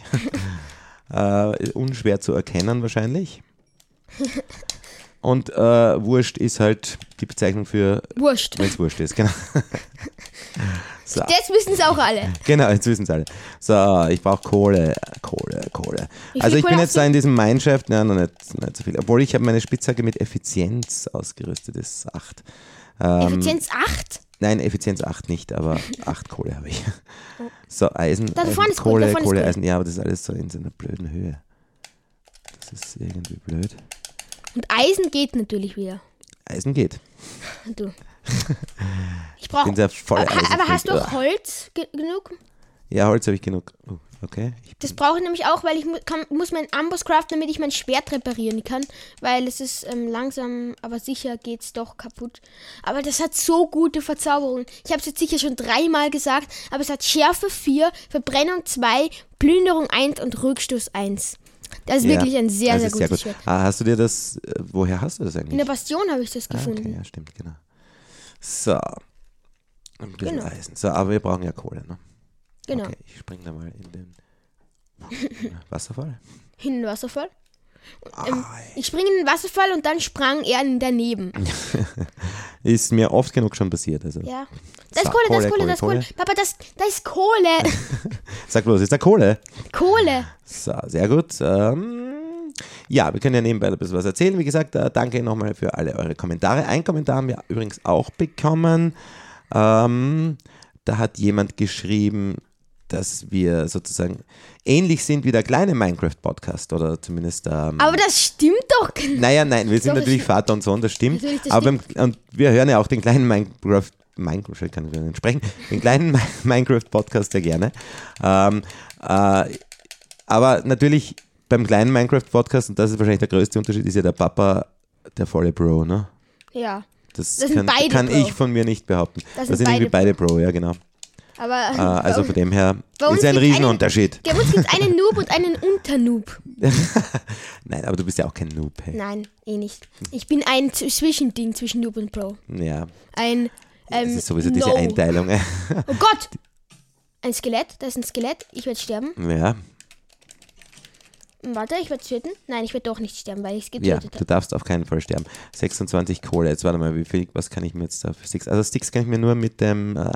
Speaker 2: äh, unschwer zu erkennen wahrscheinlich. Und äh, Wurscht ist halt die Bezeichnung für,
Speaker 1: Wurscht.
Speaker 2: wenn es Wurscht ist, genau. So,
Speaker 1: Das wissen es auch alle.
Speaker 2: genau, jetzt wissen es alle. So, ich brauche Kohle, Kohle, Kohle.
Speaker 1: Wie viel
Speaker 2: Also ich
Speaker 1: Kohle
Speaker 2: bin
Speaker 1: hast
Speaker 2: jetzt da in diesem Mineshaft, nein, noch nicht, nicht so viel. Obwohl ich habe meine Spitzhacke mit Effizienz ausgerüstet, das ist 8. Ähm.
Speaker 1: Effizienz 8.
Speaker 2: Nein, Effizienz 8 nicht, aber 8 Kohle habe ich. So, Eisen.
Speaker 1: Oh. Da
Speaker 2: Eisen,
Speaker 1: vorne ist gut,
Speaker 2: Kohle,
Speaker 1: da vorne ist
Speaker 2: Kohle,
Speaker 1: gut.
Speaker 2: Eisen. Ja, aber das ist alles so in so einer blöden Höhe. Das ist irgendwie blöd.
Speaker 1: Und Eisen geht natürlich wieder.
Speaker 2: Eisen geht.
Speaker 1: Und du. Ich
Speaker 2: Bin
Speaker 1: brauche.
Speaker 2: sehr voll
Speaker 1: Oh. Aber,
Speaker 2: Eisen.
Speaker 1: aber hast du auch Holz ge genug?
Speaker 2: Ja, Holz habe ich genug. Uh, okay. Ich,
Speaker 1: Das brauche ich nämlich auch, weil ich mu kann, muss meinen Amboss craften, damit ich mein Schwert reparieren kann. Weil es ist ähm, langsam, aber sicher geht's doch kaputt. Aber das hat so gute Verzauberungen. Ich habe es jetzt sicher schon dreimal gesagt, aber es hat Schärfe 4, Verbrennung 2, Plünderung 1 und Rückstoß 1. Das ist
Speaker 2: ja,
Speaker 1: wirklich ein sehr,
Speaker 2: das
Speaker 1: sehr
Speaker 2: ist
Speaker 1: gutes Schwert.
Speaker 2: Ah, hast du dir das. äh, Woher hast du das
Speaker 1: In
Speaker 2: eigentlich?
Speaker 1: der Bastion habe ich das
Speaker 2: ah, okay,
Speaker 1: gefunden.
Speaker 2: ja, stimmt, genau. So. Ein bisschen
Speaker 1: Genau.
Speaker 2: Eisen. So, aber wir brauchen ja Kohle, ne?
Speaker 1: Genau.
Speaker 2: Okay, ich springe da mal in den Wasserfall.
Speaker 1: hin in den Wasserfall. Und, ähm,
Speaker 2: Ah,
Speaker 1: ich spring in den Wasserfall und dann sprang er in daneben.
Speaker 2: Mhm. Ist mir oft genug schon passiert. Also.
Speaker 1: Ja. Da
Speaker 2: So,
Speaker 1: ist Kohle, da ist
Speaker 2: Kohle,
Speaker 1: Kohle, da ist Kohle.
Speaker 2: Kohle,
Speaker 1: Papa, das, da ist Kohle.
Speaker 2: Sag bloß, ist da Kohle?
Speaker 1: Kohle.
Speaker 2: So, sehr gut. Ähm, ja, wir können ja nebenbei ein bisschen was erzählen. Wie gesagt, äh, danke nochmal für alle eure Kommentare. Ein Kommentar haben wir übrigens auch bekommen. Ähm, da hat jemand geschrieben, dass wir sozusagen ähnlich sind wie der kleine Minecraft-Podcast oder zumindest. Ähm,
Speaker 1: Aber das stimmt doch. gar-
Speaker 2: naja, nein, wir sind
Speaker 1: Doch, das
Speaker 2: natürlich
Speaker 1: stimmt.
Speaker 2: Vater und Sohn, das stimmt.
Speaker 1: Natürlich, das
Speaker 2: aber Im, und wir hören ja auch den kleinen Minecraft. Minecraft, ich kann ich nicht sprechen. Den kleinen Mi- Minecraft-Podcast ja gerne. Ähm, äh, aber natürlich beim kleinen Minecraft-Podcast, und das ist wahrscheinlich der größte Unterschied, ist ja der Papa der volle Bro, ne?
Speaker 1: Ja.
Speaker 2: Das,
Speaker 1: Das sind
Speaker 2: kann,
Speaker 1: beide
Speaker 2: kann
Speaker 1: Bro.
Speaker 2: ich von mir nicht behaupten. Das,
Speaker 1: sind
Speaker 2: sind irgendwie beide Bro, ja genau.
Speaker 1: Aber
Speaker 2: Äh, also von dem her
Speaker 1: bei uns
Speaker 2: ist ja ein
Speaker 1: gibt's einen-
Speaker 2: Riesenunterschied.
Speaker 1: bei uns gibt es einen Noob und einen Unternoob.
Speaker 2: Nein, aber du bist ja auch kein Noob. Hey.
Speaker 1: Nein, eh nicht. Ich bin ein Z- Zwischending zwischen Noob und Pro.
Speaker 2: Ja,
Speaker 1: Ein ähm,
Speaker 2: das ist sowieso diese
Speaker 1: no.
Speaker 2: Einteilung.
Speaker 1: Oh Gott! Ein Skelett, da ist ein Skelett. Ich werde sterben.
Speaker 2: ja,
Speaker 1: Warte, ich werde töten. Nein, ich werde doch nicht sterben, weil ich es
Speaker 2: Ja,
Speaker 1: getötet
Speaker 2: du darfst auf keinen Fall sterben. 26 Kohle. Jetzt warte mal, wie viel, was kann ich mir jetzt da für Sticks? Also Sticks kann ich mir nur mit dem, äh,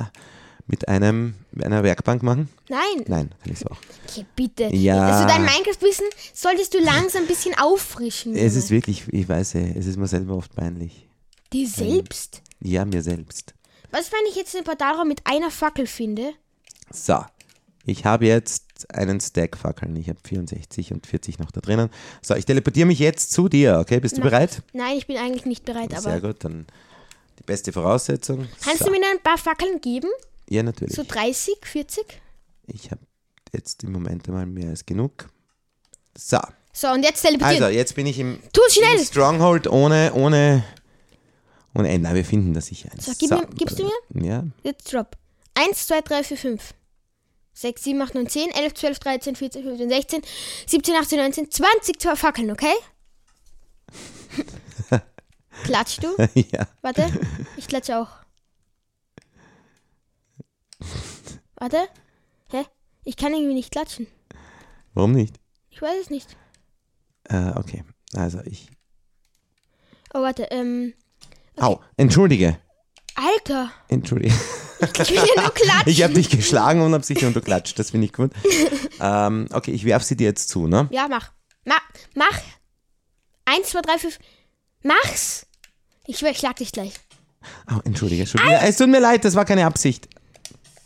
Speaker 2: mit einem, einer Werkbank machen?
Speaker 1: habe. Nein.
Speaker 2: Nein, kann ich so auch.
Speaker 1: Okay, bitte.
Speaker 2: Ja.
Speaker 1: Also dein Minecraft-Wissen solltest du langsam ein bisschen auffrischen.
Speaker 2: Es ist wirklich, ich weiß, eh, es ist mir selber oft peinlich.
Speaker 1: Die selbst.
Speaker 2: Ja, mir selbst.
Speaker 1: Was, wenn ich jetzt den Portalraum mit einer Fackel finde?
Speaker 2: So, ich habe jetzt einen Stack Fackeln. Ich habe 64 und 40 noch da drinnen. So, ich teleportiere mich jetzt zu dir, okay? Bist du bereit?
Speaker 1: Nein, ich bin eigentlich nicht bereit, aber.
Speaker 2: Sehr gut, dann die beste Voraussetzung.
Speaker 1: Kannst
Speaker 2: so.
Speaker 1: du mir noch ein paar Fackeln geben?
Speaker 2: Ja, natürlich.
Speaker 1: So 30, 40?
Speaker 2: Ich habe jetzt im Moment einmal mehr als genug. So,
Speaker 1: So, und jetzt teleportieren.
Speaker 2: also jetzt bin ich im,
Speaker 1: Tu es schnell!
Speaker 2: im Stronghold ohne, ohne, ohne Ende. Aber wir finden da sicher eins.
Speaker 1: So, gib mir- gibst du
Speaker 2: mir? Ja,
Speaker 1: Jetzt drop. 1, 2, 3, 4, 5. 6, 7, 8, 9, 10, 11, 12, 13, 14, 15, 16, 17, 18, 19, 20 Tor- Fackeln, okay? Klatschst du?
Speaker 2: ja.
Speaker 1: Warte, ich klatsche auch. Warte. Hä? Ich kann irgendwie nicht klatschen.
Speaker 2: Warum nicht?
Speaker 1: Ich weiß es nicht.
Speaker 2: Äh, okay, also ich.
Speaker 1: Oh, warte, ähm.
Speaker 2: Au, entschuldige.
Speaker 1: Alter!
Speaker 2: Entschuldige.
Speaker 1: Ich will ja nur klatschen.
Speaker 2: Ich habe dich geschlagen und habe sicher unterklatscht. Das finde ich gut. ähm, okay, ich werfe sie dir jetzt zu, ne?
Speaker 1: Ja, mach. Mach. Mach. Eins, zwei, drei, fünf. Mach's. Ich schwör, ich schlag dich gleich.
Speaker 2: Oh, entschuldige, entschuldige.
Speaker 1: Ah!
Speaker 2: Es tut mir leid, das war keine Absicht.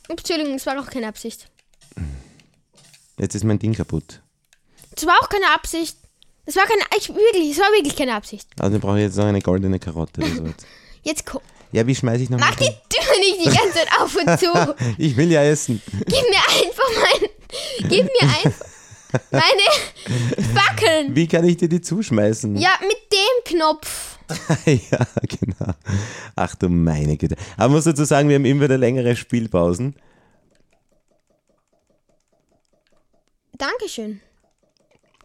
Speaker 1: Ups, Entschuldigung, es war auch keine Absicht.
Speaker 2: Jetzt ist mein Ding kaputt.
Speaker 1: Es war auch keine Absicht. Es war keine, ich, wirklich, es war wirklich keine Absicht.
Speaker 2: Also brauche ich jetzt noch eine goldene Karotte oder so. jetzt.
Speaker 1: Jetzt guck.
Speaker 2: Ja, wie schmeiße ich noch
Speaker 1: Mach
Speaker 2: mal
Speaker 1: die Tür nicht die ganze Zeit auf und zu.
Speaker 2: rein? Ich will ja essen.
Speaker 1: Gib mir einfach mein, gib mir einfach meine Fackeln.
Speaker 2: Wie kann ich dir die zuschmeißen?
Speaker 1: Ja, mit dem Knopf.
Speaker 2: ja, genau. Ach du meine Güte. Aber muss dazu sagen, wir haben immer wieder längere Spielpausen.
Speaker 1: Dankeschön.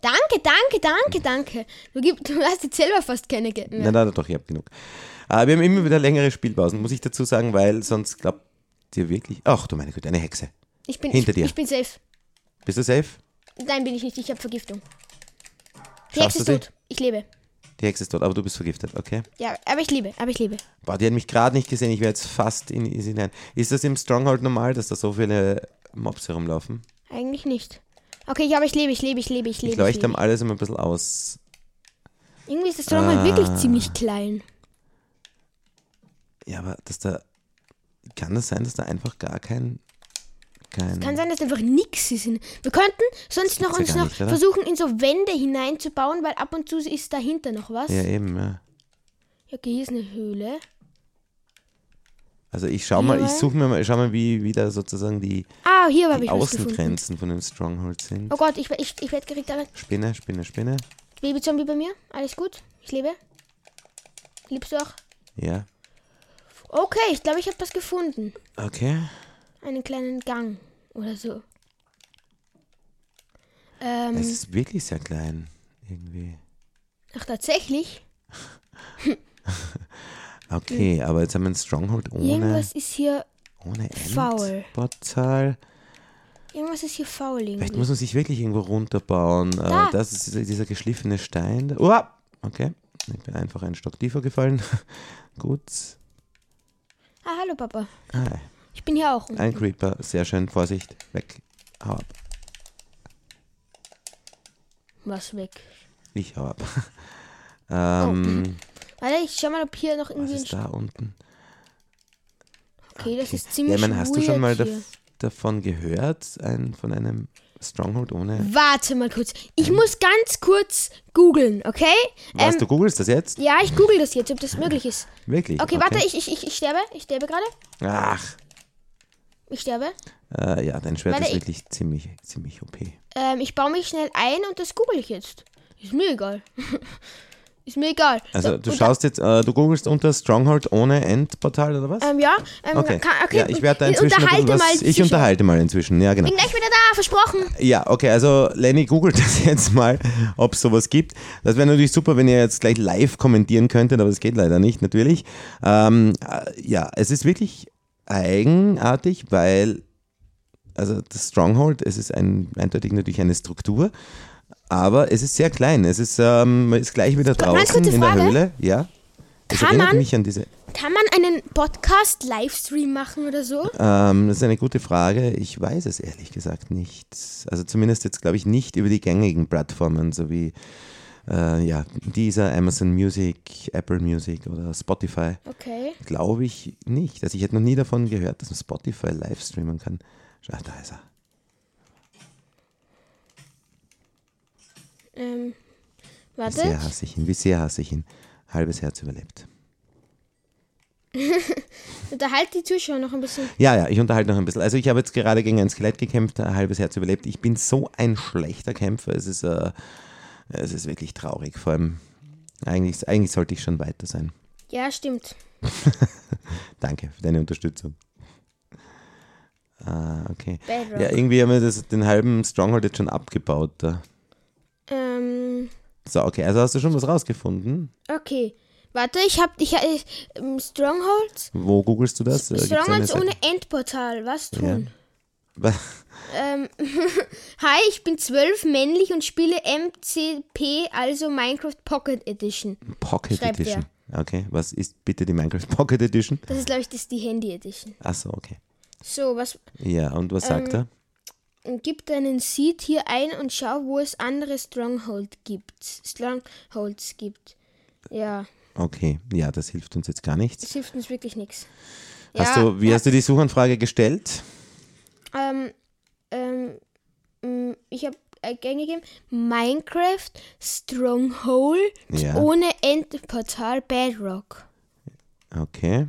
Speaker 1: Danke, danke, danke, danke. Du, gib, du hast jetzt selber fast keine Geld mehr.
Speaker 2: Nein, nein, doch, ich habe genug. Aber wir haben immer wieder längere Spielpausen, muss ich dazu sagen, weil sonst glaubt dir wirklich. Ach du meine Güte, eine Hexe.
Speaker 1: Ich bin,
Speaker 2: hinter
Speaker 1: ich,
Speaker 2: dir.
Speaker 1: ich bin safe.
Speaker 2: Bist du safe?
Speaker 1: Nein, bin ich nicht. Ich habe Vergiftung. Die Hexe
Speaker 2: Schaffst
Speaker 1: ist
Speaker 2: du sie?
Speaker 1: tot. Ich lebe.
Speaker 2: Die Hexe ist tot, aber du bist vergiftet, okay?
Speaker 1: Ja, aber ich lebe. Aber ich lebe.
Speaker 2: Boah, die hat mich gerade nicht gesehen, ich wäre jetzt fast in sie hinein. Ist das im Stronghold normal, dass da so viele Mobs herumlaufen?
Speaker 1: Eigentlich nicht. Okay, ja, aber ich lebe, ich lebe, ich lebe, ich lebe.
Speaker 2: Ich leuchte
Speaker 1: lebe.
Speaker 2: am alles immer ein bisschen aus.
Speaker 1: Irgendwie ist das Stronghold
Speaker 2: Ah.
Speaker 1: wirklich ziemlich klein.
Speaker 2: Ja, aber dass da. Kann das sein, dass da einfach gar kein. kein
Speaker 1: Kann sein, dass einfach nichts ist. in- Wir könnten sonst noch uns
Speaker 2: gibt's ja gar
Speaker 1: noch
Speaker 2: nicht, oder?
Speaker 1: versuchen, in so Wände hineinzubauen, weil ab und zu ist dahinter noch was.
Speaker 2: ja, eben, ja.
Speaker 1: Okay, hier ist eine Höhle.
Speaker 2: Also ich schau mal,
Speaker 1: Ja.
Speaker 2: ich suche mir mal, ich schau mal, wie, wie da sozusagen die,
Speaker 1: Ah, hier habe
Speaker 2: die
Speaker 1: ich was gefunden.
Speaker 2: Außengrenzen von dem Stronghold sind.
Speaker 1: Oh Gott, ich, ich, ich werde direkt daran.
Speaker 2: Spinne, Spinne, Spinne.
Speaker 1: Babyzombie bei mir. Alles gut. Ich lebe. Liebst du auch?
Speaker 2: Ja.
Speaker 1: Okay, ich glaube, ich habe was gefunden.
Speaker 2: Okay.
Speaker 1: Einen kleinen Gang oder so. Ähm,
Speaker 2: Es ist wirklich sehr klein. Irgendwie.
Speaker 1: ach, tatsächlich?
Speaker 2: Okay, aber jetzt haben wir ein Stronghold ohne,
Speaker 1: Mhm. Irgendwas ist hier.
Speaker 2: ohne
Speaker 1: faul.
Speaker 2: Endportal.
Speaker 1: Irgendwas ist hier faul
Speaker 2: Vielleicht
Speaker 1: irgendwie.
Speaker 2: muss man sich wirklich irgendwo runterbauen. Äh,
Speaker 1: Da.
Speaker 2: Das ist dieser- dieser geschliffene Stein. da. Uah! Okay. Ich bin einfach einen Stock tiefer gefallen. Gut.
Speaker 1: Ah, hallo Papa.
Speaker 2: Hi.
Speaker 1: Ich bin hier auch.
Speaker 2: Ein Creeper. Sehr schön. Vorsicht. Weg. Hau ab.
Speaker 1: Was weg.
Speaker 2: Ich hau ab. Ähm,
Speaker 1: Warte, ich schau mal, ob hier noch
Speaker 2: was
Speaker 1: irgendwie ein
Speaker 2: ist da unten?
Speaker 1: Okay, das ist
Speaker 2: Ja,
Speaker 1: ziemlich
Speaker 2: ich meine, hast du schon mal
Speaker 1: weird
Speaker 2: dav
Speaker 1: hier.
Speaker 2: davon gehört? Ein, von einem Stronghold
Speaker 1: Ähm,
Speaker 2: ohne.
Speaker 1: Warte mal kurz. Ich muss ganz kurz googeln, okay?
Speaker 2: Ähm. Was,
Speaker 1: Ähm,
Speaker 2: du googelst das jetzt?
Speaker 1: ja, ich google das jetzt, ob das möglich ist.
Speaker 2: Wirklich?
Speaker 1: Okay, warte, ich, ich, ich, ich sterbe. Ich sterbe gerade.
Speaker 2: Ach.
Speaker 1: Ich sterbe.
Speaker 2: Äh, ja, dein Schwert
Speaker 1: Warte,
Speaker 2: ist
Speaker 1: ich-
Speaker 2: wirklich ziemlich, ziemlich OP.
Speaker 1: Ähm, ich baue mich schnell ein und das google ich jetzt. Ist mir egal. ist mir egal.
Speaker 2: Also
Speaker 1: So,
Speaker 2: du
Speaker 1: und
Speaker 2: schaust jetzt, äh, du googelst unter Stronghold ohne Endportal oder was?
Speaker 1: dann- Ähm, ja. Ähm,
Speaker 2: okay.
Speaker 1: Kann, okay.
Speaker 2: ja, ich werde da inzwischen ein bisschen
Speaker 1: unterhalte mal.
Speaker 2: was, ich
Speaker 1: zwischen-
Speaker 2: unterhalte mal inzwischen, ja genau.
Speaker 1: Bin gleich wieder da, versprochen.
Speaker 2: Ja, okay, also Lenny googelt das jetzt mal, ob es sowas gibt. Das wäre natürlich super, wenn ihr jetzt gleich live kommentieren könntet, aber das geht leider nicht, natürlich. Ähm, äh, ja, es ist wirklich eigenartig, weil also das Stronghold, es ist ein, eindeutig natürlich eine Struktur, aber es ist sehr klein. Es ist, ähm, man ist gleich wieder
Speaker 1: Ganz
Speaker 2: draußen
Speaker 1: kurze
Speaker 2: in der
Speaker 1: Frage.
Speaker 2: Höhle. Ja. Das
Speaker 1: Kann
Speaker 2: erinnert
Speaker 1: man-
Speaker 2: mich an diese.
Speaker 1: Kann man einen Podcast-Livestream machen oder so?
Speaker 2: Ähm, das ist eine gute Frage. Ich weiß es ehrlich gesagt nicht. Also zumindest jetzt glaube ich nicht über die gängigen Plattformen, so wie äh, ja, dieser Amazon Music, Apple Music oder Spotify.
Speaker 1: Okay.
Speaker 2: Glaube ich nicht. Also ich hätte noch nie davon gehört, dass man Spotify live streamen kann. Schau, da ist er.
Speaker 1: Ähm,
Speaker 2: Wie
Speaker 1: warte.
Speaker 2: sehr hasse ich ihn, wie sehr hasse ich ihn. Halbes Herz überlebt.
Speaker 1: Unterhalte die Zuschauer noch ein bisschen.
Speaker 2: Ja, ja, ich unterhalte noch ein bisschen. Also ich habe jetzt gerade gegen ein Skelett gekämpft, ein halbes Herz überlebt. Ich bin so ein schlechter Kämpfer. Es ist, äh, es ist wirklich traurig. Vor allem, eigentlich, eigentlich sollte ich schon weiter sein.
Speaker 1: Ja, stimmt.
Speaker 2: Danke für deine Unterstützung. Ah, okay.
Speaker 1: Bedrock.
Speaker 2: Ja, irgendwie haben wir das, den halben Stronghold jetzt schon abgebaut. Da.
Speaker 1: Ähm,
Speaker 2: So, okay, also hast du schon was rausgefunden?
Speaker 1: okay. Warte, ich hab. Ich, ich, ähm, Strongholds?
Speaker 2: Wo googelst du das? Äh, gibt's eine
Speaker 1: Strongholds
Speaker 2: Seite?
Speaker 1: ohne Endportal. Was tun?
Speaker 2: Wa-
Speaker 1: Ähm, Hi, ich bin zwölf, männlich und spiele MCP, also Minecraft Pocket Edition.
Speaker 2: Pocket
Speaker 1: Schreibt
Speaker 2: Edition. Okay, was ist bitte die Minecraft Pocket Edition?
Speaker 1: Das ist, glaube ich, das die Handy Edition.
Speaker 2: Achso, okay.
Speaker 1: So, was
Speaker 2: Ja, und was
Speaker 1: Ähm,
Speaker 2: sagt er?
Speaker 1: gib deinen Seed hier ein und schau, wo es andere Stronghold gibt. Strongholds gibt. Ja,
Speaker 2: Okay, ja, das hilft uns jetzt gar nichts.
Speaker 1: das hilft uns wirklich nichts.
Speaker 2: Hast du, wie hast du die Suchanfrage gestellt?
Speaker 1: Ähm, ähm, mm, ich habe eingegeben Minecraft Stronghold
Speaker 2: Ja.
Speaker 1: ohne Endportal Bedrock.
Speaker 2: Okay.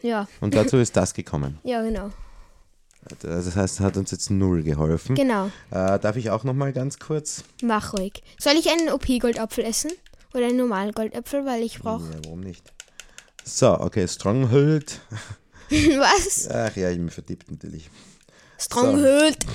Speaker 1: Ja,
Speaker 2: Und dazu ist das gekommen.
Speaker 1: ja, genau.
Speaker 2: Das heißt, hat uns jetzt null geholfen.
Speaker 1: Genau.
Speaker 2: Äh, darf ich auch nochmal ganz kurz?
Speaker 1: Mach ruhig. Soll ich einen OP-Goldapfel essen? Oder einen normalen Goldapfel, weil ich brauche.
Speaker 2: Ja, warum nicht? So, okay, Stronghold.
Speaker 1: Was?
Speaker 2: Ach ja, ich bin vertippt natürlich.
Speaker 1: Stronghold.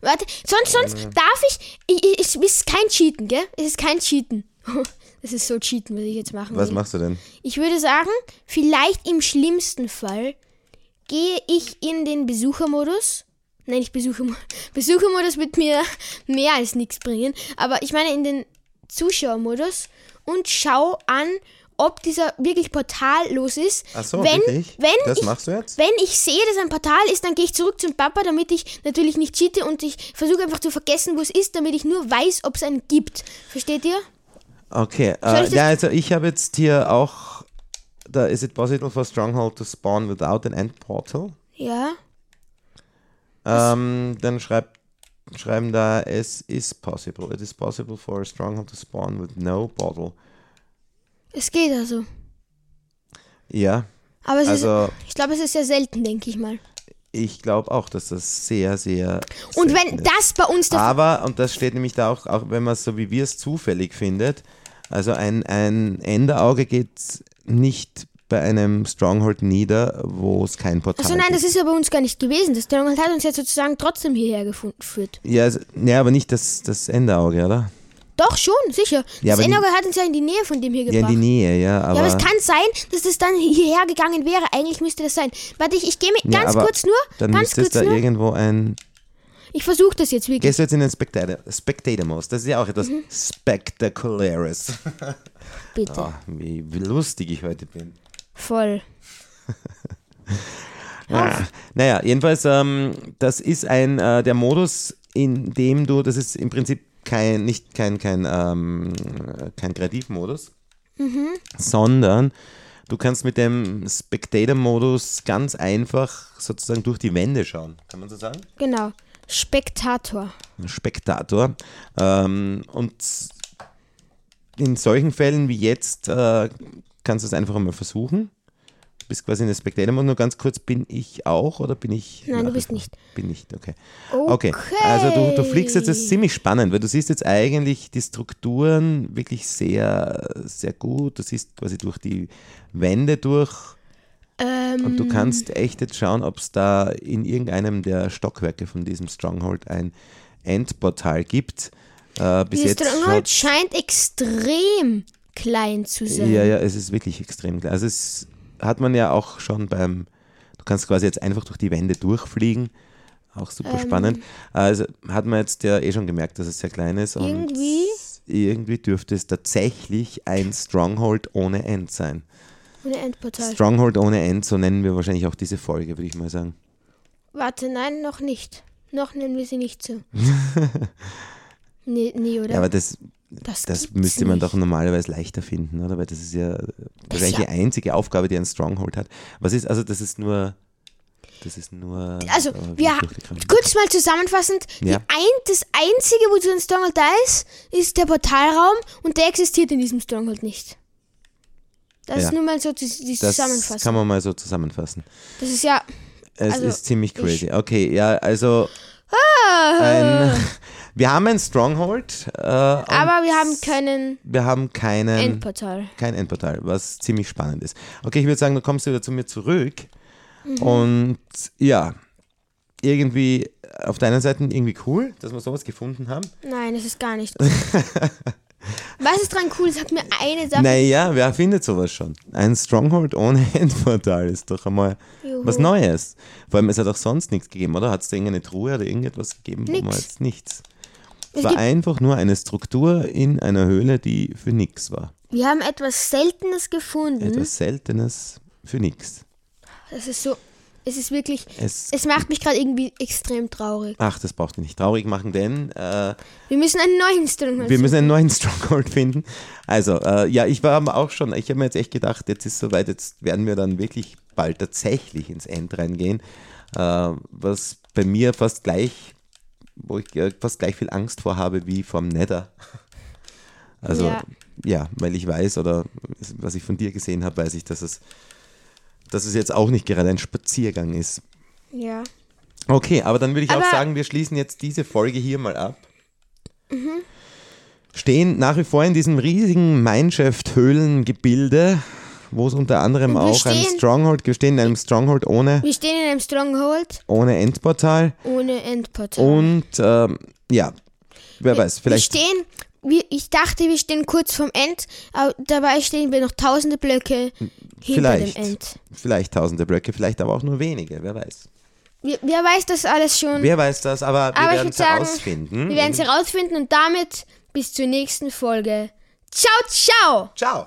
Speaker 1: Warte, sonst, sonst darf ich, ich, ich. Es ist kein Cheaten, gell? Es ist kein Cheaten. Das ist so Cheaten, was ich jetzt machen
Speaker 2: Was
Speaker 1: will.
Speaker 2: machst du denn?
Speaker 1: Ich würde sagen, vielleicht im schlimmsten Fall gehe ich in den Besuchermodus. Nein, ich besuche Besuchermodus wird mir mehr als nichts bringen. Aber ich meine in den Zuschauermodus und schau an, ob dieser wirklich portallos ist.
Speaker 2: Ach so,
Speaker 1: wenn,
Speaker 2: wirklich?
Speaker 1: Wenn
Speaker 2: das
Speaker 1: ich,
Speaker 2: machst du jetzt?
Speaker 1: wenn ich sehe, dass ein Portal ist, dann gehe ich zurück zum Papa, damit ich natürlich nicht cheate und ich versuche einfach zu vergessen, wo es ist, damit ich nur weiß, ob es einen gibt. Versteht ihr?
Speaker 2: Okay,
Speaker 1: Soll
Speaker 2: äh,
Speaker 1: ich
Speaker 2: ja, also ich habe jetzt hier auch, da is it possible for Stronghold to spawn without an end portal?
Speaker 1: Ja.
Speaker 2: Ähm, dann schreibt, schreiben da, es is possible. It is possible for a Stronghold to spawn with no portal.
Speaker 1: Es geht also.
Speaker 2: Ja,
Speaker 1: Aber es ist
Speaker 2: also
Speaker 1: Ich glaube, es ist sehr selten, denke ich mal.
Speaker 2: ich glaube auch, dass das sehr, sehr.
Speaker 1: Und
Speaker 2: selten
Speaker 1: wenn
Speaker 2: ist. Ah,
Speaker 1: das bei uns der Fall
Speaker 2: Aber, und das steht nämlich da auch, auch wenn man es so wie wir es zufällig findet, also ein, ein Enderauge geht nicht bei einem Stronghold nieder, wo es kein Portal
Speaker 1: Achso, nein,
Speaker 2: gibt.
Speaker 1: das ist ja bei uns gar nicht gewesen. Das Donald hat uns ja sozusagen trotzdem hierher gefun- geführt.
Speaker 2: Ja, also, nee, aber nicht das, das Enderauge, oder?
Speaker 1: Doch, schon, sicher. das
Speaker 2: Ja, aber die-
Speaker 1: Enderge hat uns ja in die Nähe von dem hier
Speaker 2: Ja, in
Speaker 1: gebracht.
Speaker 2: die Nähe, ja. Aber,
Speaker 1: ja, aber es kann sein, dass das dann hierher gegangen wäre. Eigentlich müsste das sein. Warte, ich, ich gehe mir
Speaker 2: ja,
Speaker 1: ganz
Speaker 2: aber
Speaker 1: kurz nur.
Speaker 2: Dann
Speaker 1: ganz
Speaker 2: müsste es
Speaker 1: kurz
Speaker 2: da
Speaker 1: nur.
Speaker 2: irgendwo ein.
Speaker 1: Ich versuche das jetzt wirklich.
Speaker 2: Gehst du jetzt in den Spectator, Spectator Mode? Das ist ja auch etwas Spektakuläres.
Speaker 1: Bitte.
Speaker 2: Ah, wie, wie lustig ich heute bin.
Speaker 1: Voll.
Speaker 2: Ah, naja, jedenfalls, ähm, das ist ein äh, der Modus, in dem du, das ist im Prinzip kein, nicht kein, kein, ähm, kein Kreativmodus, sondern du kannst mit dem Spectator-Modus ganz einfach sozusagen durch die Wände schauen, kann man so sagen?
Speaker 1: Genau. Spektator.
Speaker 2: Spektator. Ähm, und in solchen Fällen wie jetzt äh, kannst du es einfach einmal versuchen. Du bist quasi in der Spectator und nur ganz kurz, bin ich auch oder bin ich.
Speaker 1: Nein,
Speaker 2: nach
Speaker 1: du
Speaker 2: wie
Speaker 1: bist
Speaker 2: vor-
Speaker 1: nicht.
Speaker 2: Bin nicht, okay. Okay, also du, du fliegst jetzt, das ist ziemlich spannend, weil du siehst jetzt eigentlich die Strukturen wirklich sehr, sehr gut. Du siehst quasi durch die Wände durch
Speaker 1: Ähm,
Speaker 2: und du kannst echt jetzt schauen, ob es da in irgendeinem der Stockwerke von diesem Stronghold ein Endportal gibt. Äh, bis
Speaker 1: dieses
Speaker 2: jetzt
Speaker 1: Stronghold
Speaker 2: schaut's-
Speaker 1: scheint extrem klein zu sein.
Speaker 2: Ja, ja, es ist wirklich extrem klar. Also es hat man ja auch schon beim, du kannst quasi jetzt einfach durch die Wände durchfliegen. Auch
Speaker 1: Ähm.
Speaker 2: super spannend. Also hat man jetzt ja eh schon gemerkt, dass es sehr klein ist. Und
Speaker 1: Irgendwie?
Speaker 2: Irgendwie dürfte es tatsächlich ein Stronghold ohne End sein.
Speaker 1: Ohne Endportal.
Speaker 2: Stronghold ohne End, so nennen wir wahrscheinlich auch diese Folge, würde ich mal sagen.
Speaker 1: Warte, nein, noch nicht. Noch nennen wir sie nicht so. nee, nee, oder?
Speaker 2: Ja, aber das,
Speaker 1: das
Speaker 2: das
Speaker 1: gibt's
Speaker 2: müsste man
Speaker 1: nicht.
Speaker 2: doch normalerweise leichter finden, oder? Weil das ist ja wahrscheinlich
Speaker 1: ja-
Speaker 2: die einzige Aufgabe, die ein Stronghold hat. Was ist, also das ist nur. Das ist nur.
Speaker 1: Also,
Speaker 2: äh,
Speaker 1: wir
Speaker 2: durchgekramt.
Speaker 1: kurz mal zusammenfassend:
Speaker 2: Ja.
Speaker 1: die ein, Das einzige, wozu ein Stronghold da ist, ist der Portalraum und der existiert in diesem Stronghold nicht. Das
Speaker 2: Ja.
Speaker 1: ist nun mal so die, die
Speaker 2: Das
Speaker 1: Zusammenfassung.
Speaker 2: kann man mal so zusammenfassen.
Speaker 1: Das ist ja.
Speaker 2: Es
Speaker 1: Also,
Speaker 2: ist ziemlich crazy. Okay, ja, also.
Speaker 1: Ah.
Speaker 2: Ein, wir haben ein Stronghold, äh, aber
Speaker 1: Aber wir haben keinen
Speaker 2: wir haben keinen,
Speaker 1: Endportal.
Speaker 2: kein Endportal, was ziemlich spannend ist. Okay, ich würde sagen, du kommst wieder zu mir zurück. Und ja, irgendwie auf deiner Seite irgendwie cool, dass wir sowas gefunden haben.
Speaker 1: Nein, das ist gar nicht cool. Was ist dran cool? Sag mir eine Sache.
Speaker 2: Naja, wer findet sowas schon? Ein Stronghold ohne Endportal ist doch einmal
Speaker 1: Juhu.
Speaker 2: was Neues. Vor allem, es hat auch sonst nichts gegeben, oder? Hat es da irgendeine Truhe oder irgendetwas gegeben? Wo man
Speaker 1: Nix.
Speaker 2: jetzt nichts. Es
Speaker 1: Es
Speaker 2: war
Speaker 1: gibt-
Speaker 2: einfach nur eine Struktur in einer Höhle, die für nichts war.
Speaker 1: Wir haben etwas Seltenes gefunden.
Speaker 2: Etwas Seltenes für nichts.
Speaker 1: Es ist so, es ist wirklich,
Speaker 2: Es,
Speaker 1: es macht mich gerade irgendwie extrem traurig.
Speaker 2: ach, das brauchst du nicht traurig machen, denn äh,
Speaker 1: Wir müssen einen neuen Strom
Speaker 2: wir müssen einen neuen Stronghold finden. Also, äh, ja, ich war aber auch schon, ich habe mir jetzt echt gedacht, jetzt ist soweit, jetzt werden wir dann wirklich bald tatsächlich ins End reingehen, äh, was bei mir fast gleich, wo ich äh, fast gleich viel Angst vor habe wie vom Nether. Also,
Speaker 1: Ja.
Speaker 2: ja. weil ich weiß oder was ich von dir gesehen habe, weiß ich, dass es, dass es jetzt auch nicht gerade ein Spaziergang ist.
Speaker 1: Ja.
Speaker 2: Okay, aber dann würde ich
Speaker 1: Aber-
Speaker 2: auch sagen, wir schließen jetzt diese Folge hier mal ab. Stehen nach wie vor in diesem riesigen Mineshaft-Höhlengebilde, wo es unter anderem
Speaker 1: Und wir
Speaker 2: auch ein
Speaker 1: stehen-
Speaker 2: Stronghold, wir stehen in einem Stronghold ohne,
Speaker 1: Wir stehen in einem Stronghold
Speaker 2: ohne Endportal.
Speaker 1: ohne Endportal.
Speaker 2: Und ähm, ja, wer weiß, vielleicht.
Speaker 1: Wir stehen, wir, ich dachte, wir stehen kurz vom End, aber dabei stehen wir noch tausende Blöcke hinter
Speaker 2: Vielleicht.
Speaker 1: dem End.
Speaker 2: Vielleicht tausende Blöcke, vielleicht aber auch nur wenige, wer weiß.
Speaker 1: Wer, wer weiß das alles schon?
Speaker 2: Wer weiß das, aber
Speaker 1: Aber
Speaker 2: wir
Speaker 1: ich
Speaker 2: werden
Speaker 1: würde
Speaker 2: es
Speaker 1: sagen,
Speaker 2: herausfinden.
Speaker 1: wir werden es herausfinden und damit bis zur nächsten Folge. Ciao, ciao!
Speaker 2: Ciao!